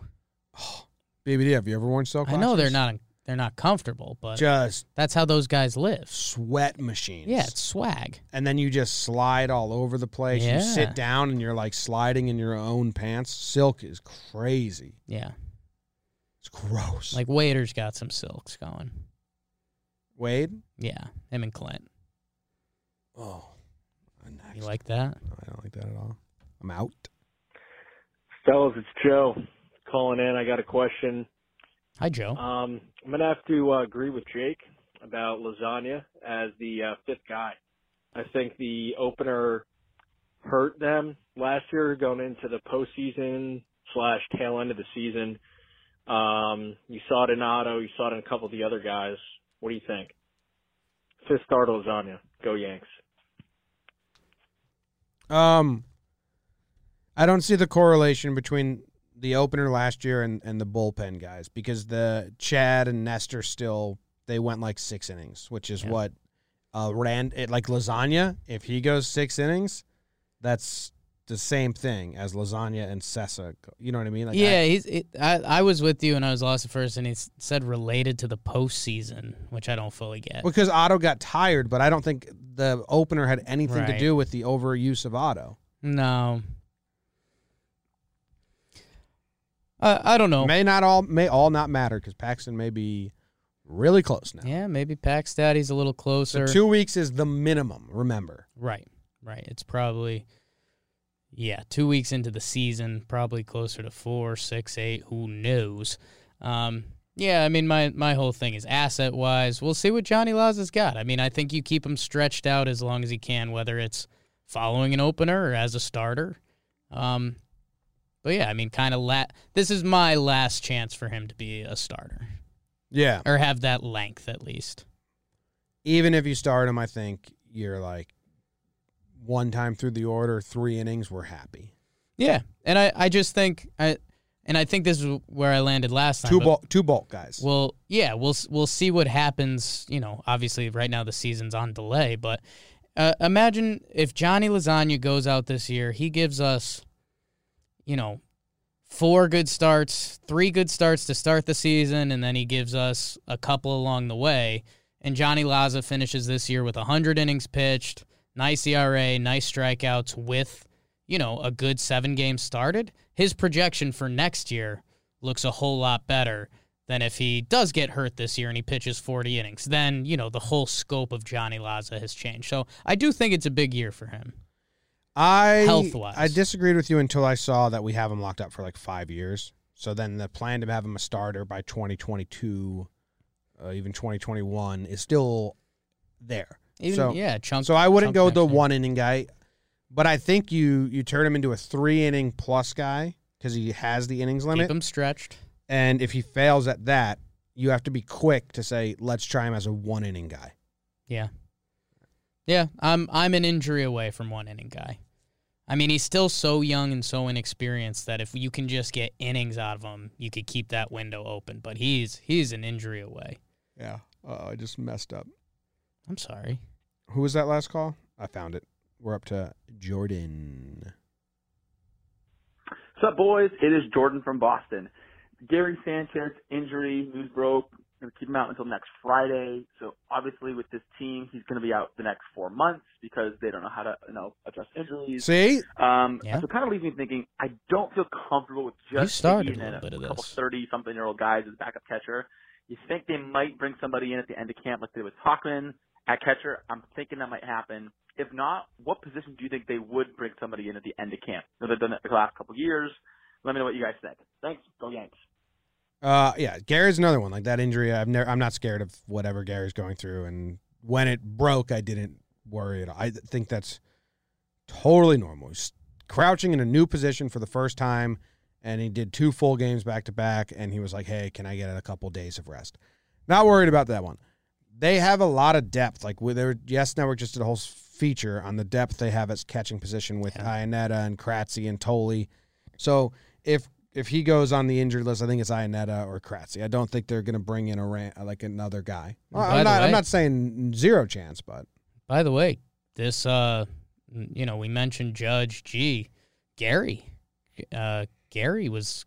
S1: BBD, have you ever worn silk
S3: I
S1: boxers?
S3: know they're not they're not comfortable, but
S1: Just
S3: that's how those guys live.
S1: sweat machines.
S3: Yeah, it's swag.
S1: and then you just slide all over the place.
S3: Yeah.
S1: You sit down and you're like sliding in your own pants. Silk is crazy.
S3: Yeah.
S1: It's gross.
S3: Like Wader's got some silks going.
S1: Wade.
S3: Yeah. Him and Clint.
S1: Oh, next.
S3: You like that?
S1: No, I don't like that at all. I'm out.
S11: Fellas, it's Joe calling in. I got a question.
S3: Hi Joe.
S11: Um, I'm gonna have to uh, agree with Jake about lasagna as the uh, fifth guy. I think the opener hurt them last year going into the postseason slash tail end of the season. Um, you saw it in Otto. You saw it in a couple of the other guys. What do you think? Fifth start of lasagna. Go Yanks.
S1: Um, I don't see the correlation between the opener last year and, and the bullpen guys because the Chad and Nestor still they went like six innings, which is
S3: Yeah.
S1: what uh Rand it like lasagna. If he goes six innings, that's the same thing as lasagna and Sessa. go- You know what I mean? Like
S3: yeah,
S1: I,
S3: he's. It, I I was with you and I was lost at first, and he s- said related to the postseason, which I don't fully get.
S1: because Otto got tired, but I don't think the opener had anything to
S3: Right.
S1: do with the overuse of Otto.
S3: No, I I don't know.
S1: May not all may all not matter because Paxton may be really close now.
S3: yeah, maybe Pax Daddy's a little
S1: So
S3: closer.
S1: two weeks is the minimum. Remember,
S3: right, right. It's probably yeah, two weeks into the season, probably closer to four, six, eight. Who knows? Um, yeah, I mean, my my whole thing is asset wise. We'll see what Johnny Laza's got. I mean, I think you keep him stretched out as long as he can, whether it's following an opener or as a starter. Um, but yeah, I mean, kind of la- This is my last chance for him to be a starter
S1: yeah.
S3: or have that length at least.
S1: Even if you start him, I think you're like one time through the order, three innings, we're happy.
S3: Yeah, and I I just think I, and I think this is where I landed last time.
S1: Two
S3: but-
S1: bulk, two bulk guys.
S3: Well, yeah, we'll s- we'll see what happens. You know, obviously, right now the season's on delay, but uh, imagine if Johnny Lasagna goes out this year, he gives us, you know, four good starts, three good starts to start the season, and then he gives us a couple along the way. And Johnny Laza finishes this year with 100 innings pitched, nice ERA, nice strikeouts, with you know a good seven games started. His projection for next year looks a whole lot better than if he does get hurt this year and he pitches 40 innings. Then, you know, the whole scope of Johnny Laza has changed. So I do think it's a big year for him.
S1: I
S3: health-wise.
S1: I disagreed with you until I saw that we have him locked up for like five years. So then the plan to have him a starter by 2022, uh, even 2021, is still there.
S3: Even,
S1: so,
S3: yeah, chunk.
S1: So I wouldn't
S3: chunk
S1: go
S3: next
S1: the
S3: year.
S1: one inning guy, but I think you you turn him into a three inning plus guy because he has the innings limit.
S3: Keep him stretched.
S1: And if he fails at that, you have to be quick to say, let's try him as a one inning guy.
S3: Yeah. Yeah, I'm I'm an injury away from one inning guy. I mean, he's still so young and so inexperienced that if you can just get innings out of him, you could keep that window open. But he's he's an injury away.
S1: Yeah. Oh, I just messed up.
S3: I'm sorry.
S1: Who was that last call? I found it. We're up to Jordan.
S12: What's up, boys? It is Jordan from Boston. Gary Sanchez injury news broke. Going to keep him out until next Friday. So obviously, with this team, he's going to be out the next four months because they don't know how to, you know, address injuries.
S1: See,
S12: um,
S1: Yeah.
S12: so it kind of leaves me thinking. I don't feel comfortable with just
S3: You started
S12: taking
S3: a
S12: in
S3: little bit of
S12: couple
S3: this.
S12: thirty-something-year-old guys as backup catcher. You think they might bring somebody in at the end of camp, like they did with Talkman at catcher? I'm thinking that might happen. If not, what position do you think they would bring somebody in at the end of camp? You know, they've done it the last couple of years. Let me know what you guys think. Thanks. Go Yanks.
S1: Uh, yeah, Gary's another one like that injury. I've never. I'm not scared of whatever Gary's going through. And when it broke, I didn't worry at all. I th- think that's totally normal. He's crouching in a new position for the first time, and he did two full games back to back. And he was like, "Hey, can I get a couple days of rest?" Not worried about that one. They have a lot of depth. Like with their Yes Network just did a whole s- feature on the depth they have at catching position with Ionetta and Kratzy and Tolley. So if if he goes on the injured list, I think it's Ionetta or Kratzy. I don't think they're going to bring in a ran- like another guy. Well,
S3: By the
S1: I'm not.
S3: way-
S1: I'm not saying zero chance, but
S3: By the way, this uh, you know, we mentioned Judge G, Gary, uh, Gary was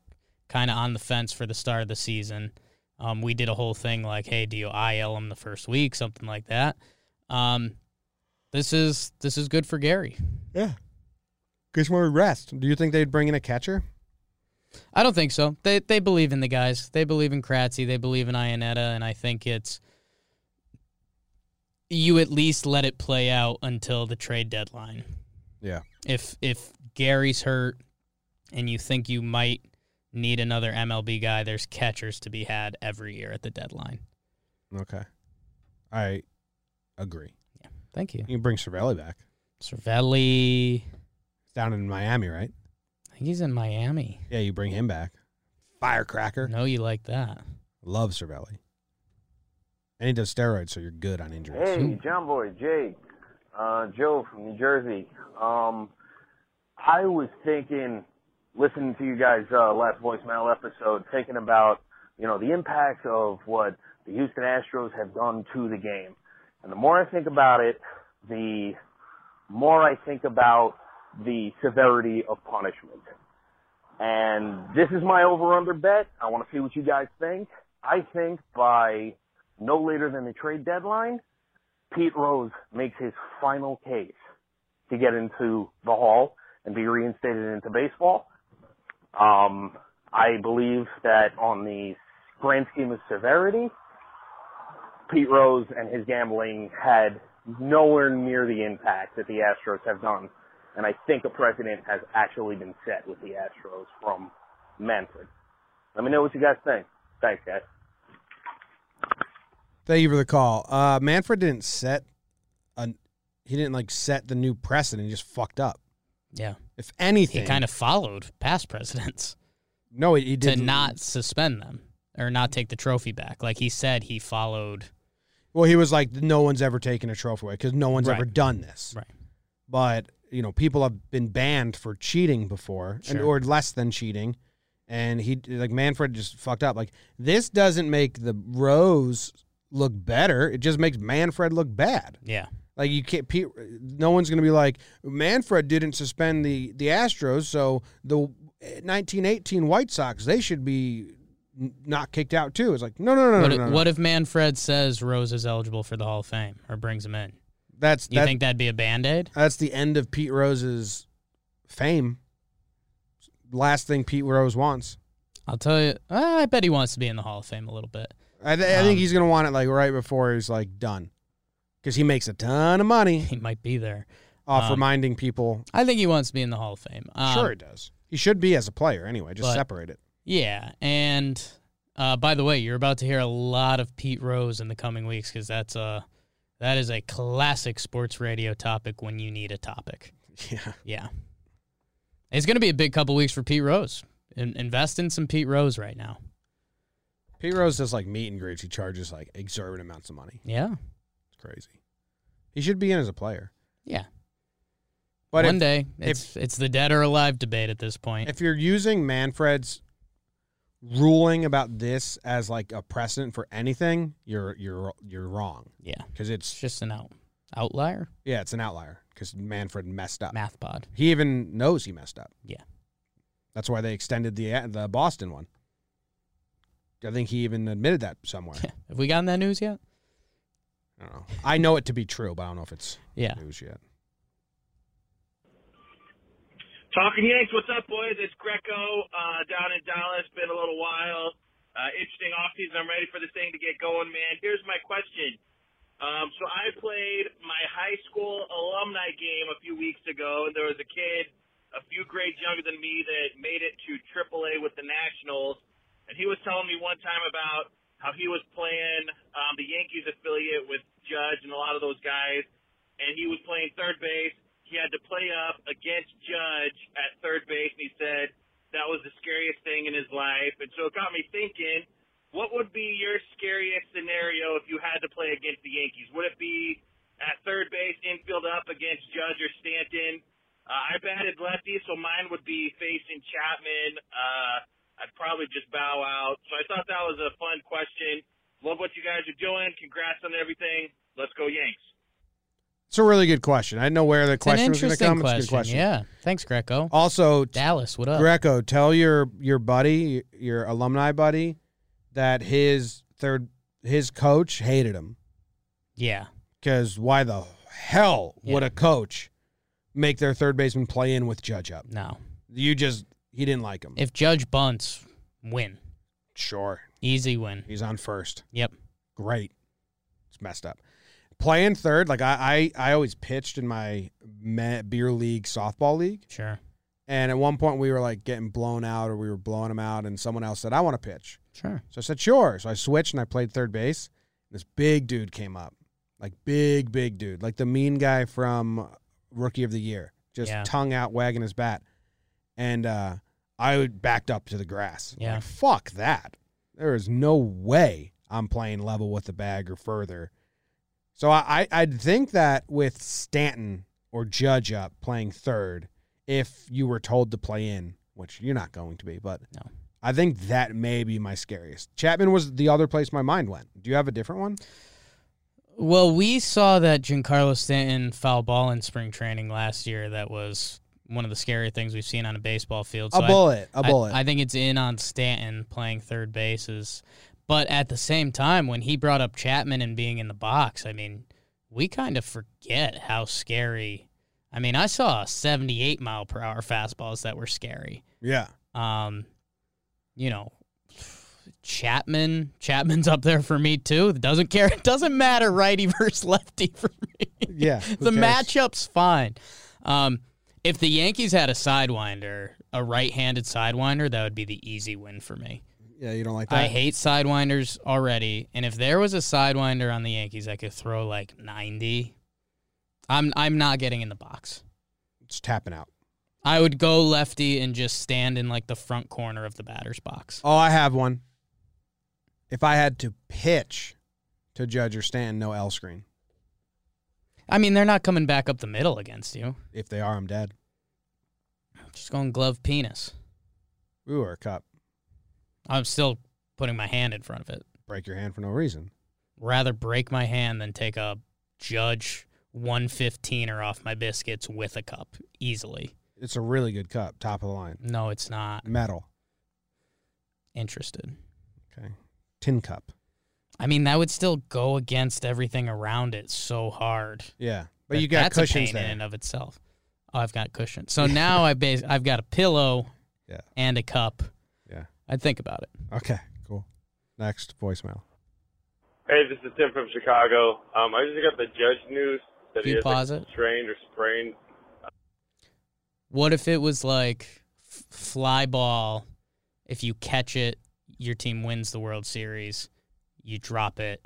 S3: kind of on the fence for the start of the season. Um, we did a whole thing like, hey, do you IL him the first week, something like that. Um, this is this is good for Gary.
S1: yeah, gets more rest. Do you think they'd bring in a catcher?
S3: I don't think so. They they believe in the guys. They believe in Kratzy. They believe in Ionetta, and I think it's you at least let it play out until the trade deadline.
S1: Yeah.
S3: If if Gary's hurt and you think you might need another MLB guy, there's catchers to be had every year at the deadline.
S1: Okay, I agree. Yeah,
S3: thank you.
S1: You can bring Cervelli back.
S3: Cervelli
S1: down in Miami, right?
S3: I think he's in Miami.
S1: Yeah, you bring him back. Firecracker.
S3: No, you like that.
S1: Love Cervelli. And he does steroids, so you're good on injuries.
S13: Hey, John Boy, Jake, uh, Joe from New Jersey. Um, I was thinking, listening to you guys uh, last voicemail episode, thinking about you know the impact of what the Houston Astros have done to the game, and the more I think about it, the more I think about the severity of punishment. And this is my over/under bet. I want to see what you guys think. I think by no later than the trade deadline, Pete Rose makes his final case to get into the Hall and be reinstated into baseball. Um, I believe that on the grand scheme of severity, Pete Rose and his gambling had nowhere near the impact that the Astros have done. And I think a precedent has actually been set with the Astros from Manfred. Let me know what you guys think. Thanks, guys.
S1: Thank you for the call. Uh, Manfred didn't set an he didn't like set the new precedent. He just fucked up.
S3: Yeah.
S1: If anything,
S3: He kind of followed past presidents.
S1: No, he, he
S3: to
S1: didn't.
S3: not suspend them or not take the trophy back. Like he said, he followed.
S1: Well, he was like, no one's ever taken a trophy away because no one's
S3: Right.
S1: ever done this.
S3: Right.
S1: But you know, people have been banned for cheating before, and
S3: Sure.
S1: or less than cheating. And he like Manfred just fucked up. Like this doesn't make the Rose look better. It just makes Manfred look bad.
S3: Yeah.
S1: Like you can't. Pete, no one's going to be like Manfred didn't suspend the the Astros, so the 1918 White Sox they should be n- not kicked out too. It's like no, no, no,
S3: what,
S1: no,
S3: if-
S1: no, no.
S3: what if Manfred says Rose is eligible for the Hall of Fame or brings him in?
S1: That's
S3: you
S1: that-
S3: think that'd be a band aid?
S1: That's the end of Pete Rose's fame. Last thing Pete Rose wants.
S3: I'll tell you. ah, I bet he wants to be in the Hall of Fame a little bit.
S1: I, th- I
S3: Um,
S1: think he's gonna want it like right before he's like done, because he makes a ton of money. He
S3: might be there
S1: off
S3: Um,
S1: reminding people.
S3: I think he wants to be in the Hall of Fame. Um,
S1: sure, he does. He should be as a player anyway. Just
S3: but-
S1: separate it.
S3: Yeah, and uh, by the way, you're about to hear a lot of Pete Rose in the coming weeks because that's a that is a classic sports radio topic when you need a topic.
S1: Yeah,
S3: yeah. It's going to be a big couple weeks for Pete Rose. In- invest in some Pete Rose right now.
S1: Pete Rose does like meet and greets. He charges like exorbitant amounts of money.
S3: Yeah.
S1: It's crazy. He should be in as a player.
S3: Yeah.
S1: But
S3: One
S1: if-
S3: day,
S1: if-
S3: it's it's the dead or alive debate at this point.
S1: If you're using Manfred's ruling about this as like a precedent for anything, you're you're you're wrong.
S3: Yeah,
S1: because it's
S3: just an out outlier.
S1: Yeah, it's an outlier because Manfred messed up.
S3: Math pod.
S1: He even knows he messed up.
S3: Yeah.
S1: That's why they extended the the Boston one. I think he even admitted that somewhere.
S3: Have we gotten that news yet?
S1: I don't know. I know it to be true, but I don't know if it's
S3: Yeah.
S1: news yet.
S14: Talking Yanks, what's up, boys? It's Greco uh, down in Dallas. Been a little while. Uh, interesting offseason. I'm ready for this thing to get going, man. Here's my question. Um, so I played my high school alumni game a few weeks ago, and there was a kid a few grades younger than me that made it to AAA with the Nationals, and he was telling me one time about how he was playing um, the Yankees affiliate with Judge and a lot of those guys, and he was playing third base. He had to play up against Judge at third base, and he said that was the scariest thing in his life. And so it got me thinking, what would be your scariest scenario if you had to play against the Yankees? Would it be at third base, infield up against Judge or Stanton? Uh, I batted lefty, so mine would be facing Chapman. Uh, I'd probably just bow out. So I thought that was a fun question. Love what you guys are doing. Congrats on everything. Let's go Yanks.
S1: It's a really good question. I didn't know where the
S3: It's an
S1: question was going to
S3: interesting
S1: come.
S3: question.
S1: It's a good question.
S3: Yeah. Thanks, Greco.
S1: Also,
S3: Dallas, what up?
S1: Greco, tell your your buddy, your alumni buddy, that his third his coach hated him
S3: yeah.
S1: because why the hell would a coach make their third baseman play in with Judge up?
S3: No,
S1: you just he didn't like him.
S3: If Judge bunts, win.
S1: Sure.
S3: Easy win.
S1: He's on first.
S3: Yep.
S1: Great. It's messed up. Playing third, like I, I, I always pitched in my me- beer league softball league.
S3: Sure.
S1: And at one point we were like getting blown out, or we were blowing them out, and someone else said, "I want to pitch."
S3: Sure.
S1: So I said, "Sure." So I switched and I played third base. This big dude came up, like big, big dude, like the mean guy from Rookie of the Year, just
S3: Yeah.
S1: tongue out, wagging his bat. And uh, I backed up to the grass.
S3: Yeah.
S1: Like, fuck that. There is no way I'm playing level with the bag or further. So I, I I'd think that with Stanton or Judge up playing third, if you were told to play in, which you're not going to be, but
S3: no.
S1: I think that may be my scariest. Chapman was the other place my mind went. Do you have a different one?
S3: Well, we saw that Giancarlo Stanton foul ball in spring training last year. That was one of the scarier things we've seen on a baseball field.
S1: A
S3: I-
S1: bullet, a
S3: I-
S1: bullet.
S3: I, think it's in on Stanton playing third bases, but at the same time, when he brought up Chapman and being in the box, I mean, we kind of forget how scary. I mean, I saw seventy-eight mile per hour fastballs that were scary.
S1: Yeah.
S3: Um, you know, Chapman. Chapman's up there for me too. It doesn't care. It doesn't matter righty versus lefty for me.
S1: Yeah, who
S3: the
S1: cares?
S3: matchup's fine. Um, if the Yankees had a sidewinder, a right-handed sidewinder, that would be the easy win for me.
S1: Yeah, you don't like that.
S3: I hate sidewinders already, and if there was a sidewinder on the Yankees that could throw like ninety, I'm I'm not getting in the box.
S1: It's tapping out.
S3: I would go lefty and just stand in like the front corner of the batter's box.
S1: Oh, I have one. If I had to pitch to Judge or Stanton, no L screen.
S3: I mean, they're not coming back up the middle against you.
S1: If they are, I'm dead.
S3: Just going glove penis.
S1: Ooh, or a cup.
S3: I'm still putting my hand in front of it.
S1: Break your hand for no reason.
S3: Rather break my hand than take a judge 115er off my biscuits with a cup easily.
S1: It's a really good cup, top of the line.
S3: No, it's not.
S1: Metal.
S3: Interested.
S1: Okay. Tin cup.
S3: I mean, that would still go against everything around it so hard.
S1: Yeah. But
S3: That-
S1: you got
S3: that's
S1: cushions
S3: a pain
S1: there.
S3: in and of itself. Oh, I've got cushions. So now I bas- I've got a pillow
S1: Yeah.
S3: and a cup.
S1: Yeah.
S3: I'd think about it.
S1: Okay, cool. Next voicemail.
S15: Hey, this is Tim from Chicago. Um, I just got the judge news that
S3: Can
S15: he
S3: you
S15: is
S3: pause it?
S15: strained or sprained. uh,
S3: What if it was like f- fly ball? If you catch it, your team wins the World Series. You drop it,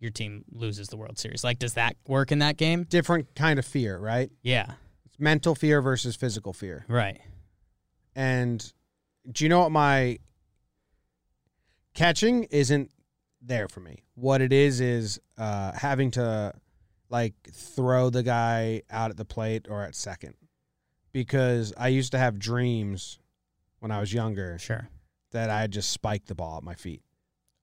S3: your team loses the World Series. Like, does that work in that game?
S1: Different kind of fear, right?
S3: Yeah.
S1: It's mental fear versus physical fear.
S3: Right.
S1: And do you know what my catching isn't there for me? What it is is uh, having to like throw the guy out at the plate or at second. because I used to have dreams when I was younger.
S3: Sure.
S1: That I just spiked the ball at my feet.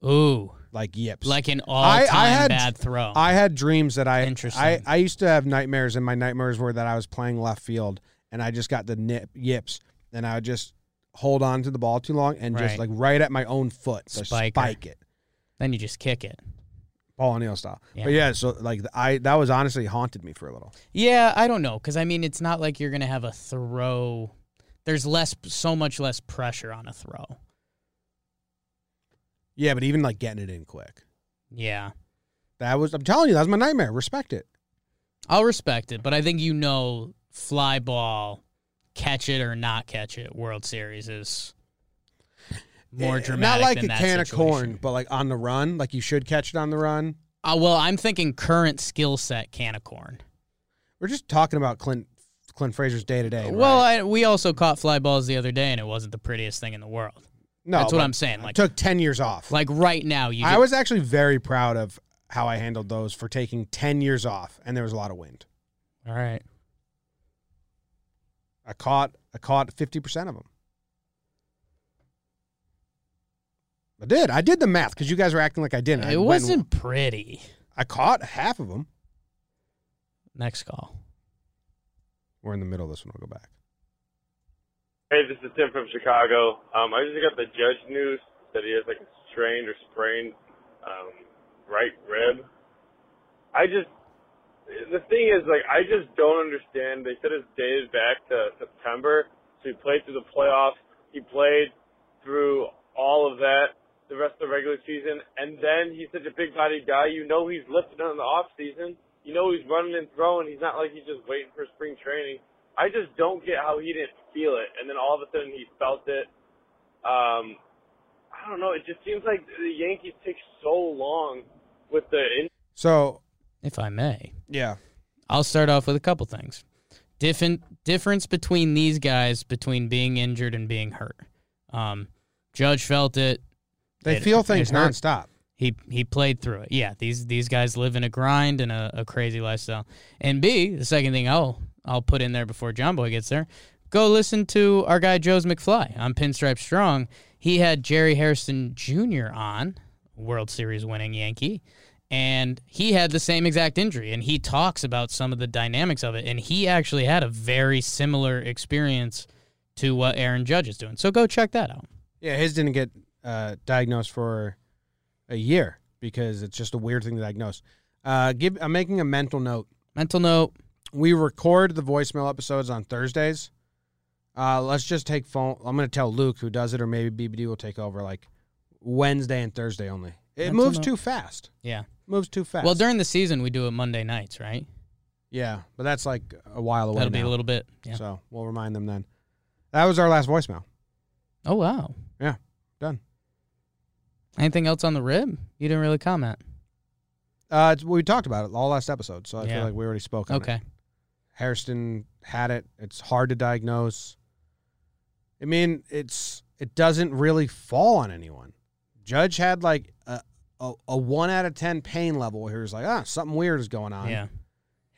S3: Ooh.
S1: Like yips.
S3: Like an all-time bad throw.
S1: I had dreams that I
S3: Interesting.
S1: I, I used to have nightmares, and my nightmares were that I was playing left field and I just got the nip, yips, and I would just hold on to the ball too long and just
S3: Right.
S1: like right at my own foot. So
S3: Spiker.
S1: spike it.
S3: Then you just kick it.
S1: Paul O'Neill style.
S3: Yeah.
S1: But yeah, so like I that was honestly haunted me for a little.
S3: Yeah, I don't know because I mean it's not like you're gonna have a throw. There's less, so much less pressure on a throw.
S1: Yeah, but even like getting it in quick.
S3: Yeah,
S1: That was I'm telling you, that was my nightmare. Respect it.
S3: I'll respect it, but I think you know, fly ball, catch it or not catch it. World Series is more
S1: Eh,
S3: dramatic.
S1: Not like
S3: than
S1: a
S3: that
S1: can of
S3: situation.
S1: corn, but like on the run. Like you should catch it on the run.
S3: Uh, well, I'm thinking current skill set can of corn.
S1: We're just talking about Clint Clint Fraser's day to day.
S3: Well, I, we also caught fly balls the other day, and it wasn't the prettiest thing in the world.
S1: No,
S3: that's what
S1: but
S3: I'm saying. Like,
S1: took ten years off.
S3: like right now, you.
S1: I
S3: just-
S1: was actually very proud of how I handled those for taking ten years off, and there was a lot of wind.
S3: all right.
S1: I caught I caught fifty percent of them. I did. I did the math because you guys were acting like I didn't. I
S3: It
S1: went-
S3: wasn't pretty.
S1: I caught half of them.
S3: Next call.
S1: We're in the middle of this one. We'll go back.
S15: Hey, this is Tim from Chicago. Um, I just got the judge news that he has like a strained or sprained um, right rib. I just the thing is like I just don't understand. They said it's dated back to September, so he played through the playoffs. He played through all of that, the rest of the regular season, and then he's such a big bodied guy. You know he's lifting in the off season. You know he's running and throwing. He's not like he's just waiting for spring training. I just don't get how he didn't feel it, and then all of a sudden he felt it. Um, I don't know. It just seems like the Yankees take so long with the in-
S1: So,
S3: if I may,
S1: yeah,
S3: I'll start off with a couple things. Different difference between these guys between being injured and being hurt. Um, Judge felt it.
S1: They
S3: It-
S1: feel things
S3: it hurt.
S1: nonstop.
S3: He he played through it. Yeah, these these guys live in a grind and a, a crazy lifestyle. And B, the second thing I'll I'll put in there before John Boy gets there, go listen to our guy Joe's McFly on Pinstripe Strong. He had Jerry Harrison Jr. on World Series winning Yankee, and he had the same exact injury. And he talks about some of the dynamics of it. And he actually had a very similar experience to what Aaron Judge is doing. So go check that out.
S1: yeah, his didn't get uh, diagnosed for a year because it's just a weird thing to diagnose. Uh, give I'm making a mental note.
S3: Mental note.
S1: We record the voicemail episodes on Thursdays. Uh, let's just take phone. I'm going to tell Luke who does it, or maybe BBD will take over like Wednesday and Thursday only. It
S3: Mental
S1: moves
S3: note.
S1: too fast.
S3: Yeah.
S1: Moves too fast.
S3: Well, during the season, we do it Monday nights, right?
S1: yeah, but that's like a while away.
S3: That'll be
S1: now.
S3: a little bit. Yeah.
S1: So we'll remind them then. That was our last voicemail.
S3: Oh wow.
S1: Yeah, done.
S3: Anything else on the rib? You didn't really comment.
S1: Uh, it's, we talked about it all last episode, so I feel
S3: Yeah.
S1: like we already spoke. On
S3: Okay.
S1: It. Hairston had it. It's hard to diagnose. I mean, it's it doesn't really fall on anyone. Judge had like a a, a one out of ten pain level. Where he was like, ah, something weird is going on.
S3: Yeah.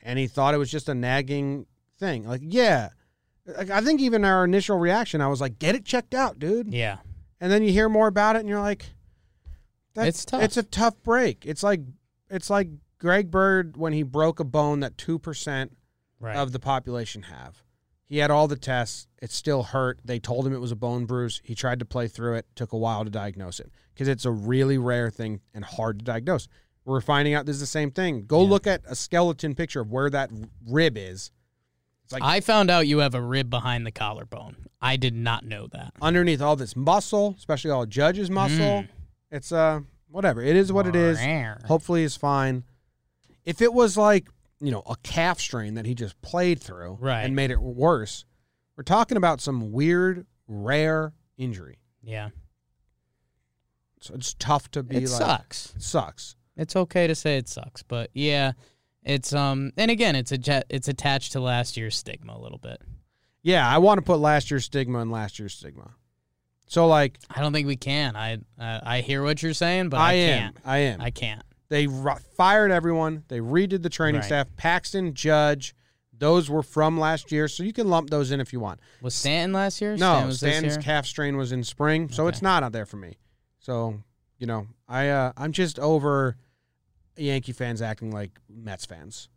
S1: and he thought it was just a nagging thing. Like, yeah, like I think even our initial reaction, I was like, get it checked out, dude.
S3: Yeah.
S1: And then you hear more about it, and you're like,
S3: It's tough.
S1: It's a tough break. It's like it's like Greg Bird when he broke a bone that two percent
S3: Right.
S1: of the population have. He had all the tests. It still hurt. They told him it was a bone bruise. He tried to play through it. Took a while to diagnose it because it's a really rare thing and hard to diagnose. We're finding out this is the same thing. Go look at a skeleton picture of where that rib is. It's like
S3: I found out you have a rib behind the collarbone. I did not know that.
S1: underneath all this muscle, especially all judges' muscle.
S3: Mm.
S1: It's uh whatever. It is what it is.
S3: Rawr.
S1: Hopefully it's fine. If it was like, you know, a calf strain that he just played through
S3: Right.
S1: and made it worse, we're talking about some weird, rare injury.
S3: Yeah.
S1: So it's tough to be
S3: It
S1: like
S3: sucks.
S1: It sucks.
S3: It's okay to say it sucks, but yeah, it's um and again, it's a it's attached to last year's stigma a little bit.
S1: Yeah, I want to put last year's stigma in last year's stigma. So like
S3: I don't think we can. I uh, I hear what you're saying, but
S1: I,
S3: I,
S1: am.
S3: can't.
S1: I am.
S3: I can't.
S1: They ru- fired everyone. They redid the training
S3: Right.
S1: staff. Paxton, Judge, Those were from last year, so you can lump those in if you want.
S3: Was Stanton last year?
S1: No,
S3: Stanton was this
S1: Stanton's
S3: year?
S1: calf strain was in spring, so it's not out there for me. So you know, I uh, I'm just over Yankee fans acting like Mets fans.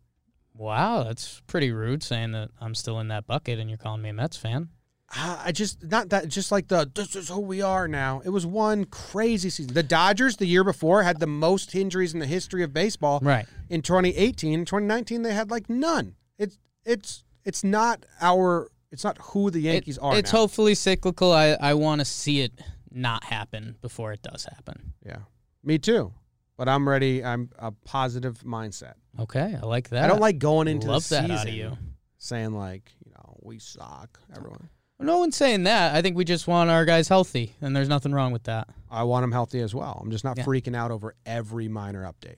S3: Wow, that's pretty rude saying that I'm still in that bucket and you're calling me a Mets fan.
S1: Ah, I just not that just like the this is who we are now. It was one crazy season. The Dodgers the year before had the most injuries in the history of baseball.
S3: Right.
S1: In 2018, 2019 they had like none. It's it's it's not our it's not who the Yankees are.
S3: it's
S1: now.
S3: hopefully cyclical. I, I want to see it not happen before it does happen.
S1: Yeah. Me too. But I'm ready. I'm a positive mindset.
S3: Okay, I like that.
S1: I don't like going into
S3: Love
S1: the
S3: that out of
S1: season
S3: you.
S1: saying like, you know, we suck. Everyone.
S3: No one's saying that. I think we just want our guys healthy, and there's nothing wrong with that.
S1: I want them healthy as well. I'm just not
S3: Yeah.
S1: freaking out over every minor update.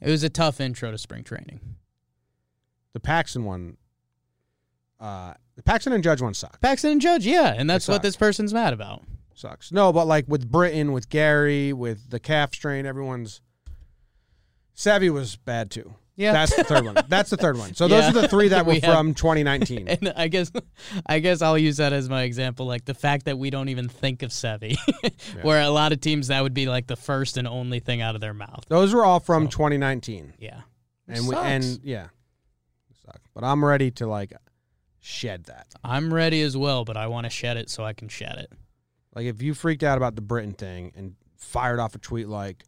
S3: It was a tough intro to spring training.
S1: The Paxton one uh the Paxton and Judge one sucked.
S3: Paxton and Judge, yeah, and that's what
S1: sucked.
S3: this person's mad about.
S1: Sucks. No, but like with Britain, with Gary, with the calf strain, everyone's Savvy was bad too.
S3: Yeah.
S1: That's the third one. That's the third one. So those
S3: Yeah.
S1: are the three that were
S3: We have-
S1: from 2019.
S3: And I guess, I guess I'll use that as my example, like the fact that we don't even think of Sevy, where a lot of teams that would be like the first and only thing out of their mouth.
S1: Those were all from 2019.
S3: Yeah.
S1: And we,
S3: Sucks.
S1: and yeah. Suck. But I'm ready to like shed that.
S3: I'm ready as well, but I want to shed it so I can shed it.
S1: Like if you freaked out about the Britain thing and fired off a tweet like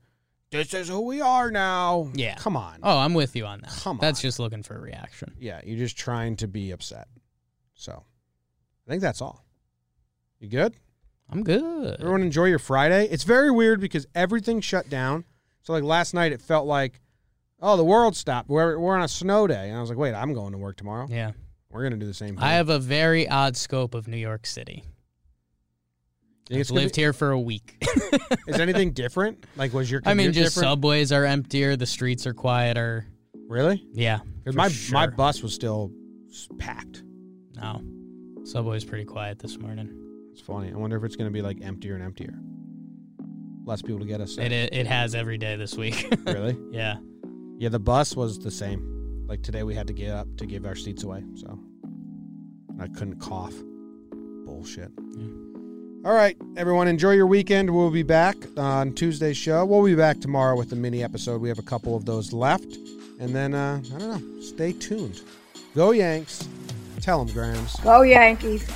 S1: this is who we are now.
S3: Yeah.
S1: Come on.
S3: Oh, I'm with you on that.
S1: Come
S3: That's just looking for a reaction.
S1: Yeah, you're just trying to be upset. So, I think that's all. You good?
S3: I'm good.
S1: Everyone enjoy your Friday. It's very weird because everything shut down. So like last night, it felt like, oh, the world stopped. We're we're on a snow day, and I was like, wait, I'm going to work tomorrow.
S3: Yeah.
S1: We're gonna do the same thing.
S3: I have a very odd scope of New York City.
S1: You think it's
S3: I've
S1: gonna
S3: lived
S1: be-
S3: here for a week.
S1: Is anything different? Like, was your
S3: I mean,
S1: commute
S3: just
S1: different?
S3: subways are emptier, the streets are quieter.
S1: Really?
S3: Yeah.
S1: 'Cause
S3: for
S1: my my
S3: sure.
S1: bus was still s- packed.
S3: No. Subway's pretty quiet this morning.
S1: It's funny. I wonder if it's gonna be like emptier and emptier. Less people to get us.
S3: It, it it has every day this week.
S1: really?
S3: yeah.
S1: Yeah, the bus was the same. Like today, we had to get up to give our seats away, so and I couldn't cough. Bullshit.
S3: Hmm.
S1: All right, everyone, enjoy your weekend. We'll be back on Tuesday's show. We'll be back tomorrow with a mini episode. We have a couple of those left, and then uh, I don't know. Stay tuned. Go Yanks! Tell them, Grams.
S16: Go Yankees.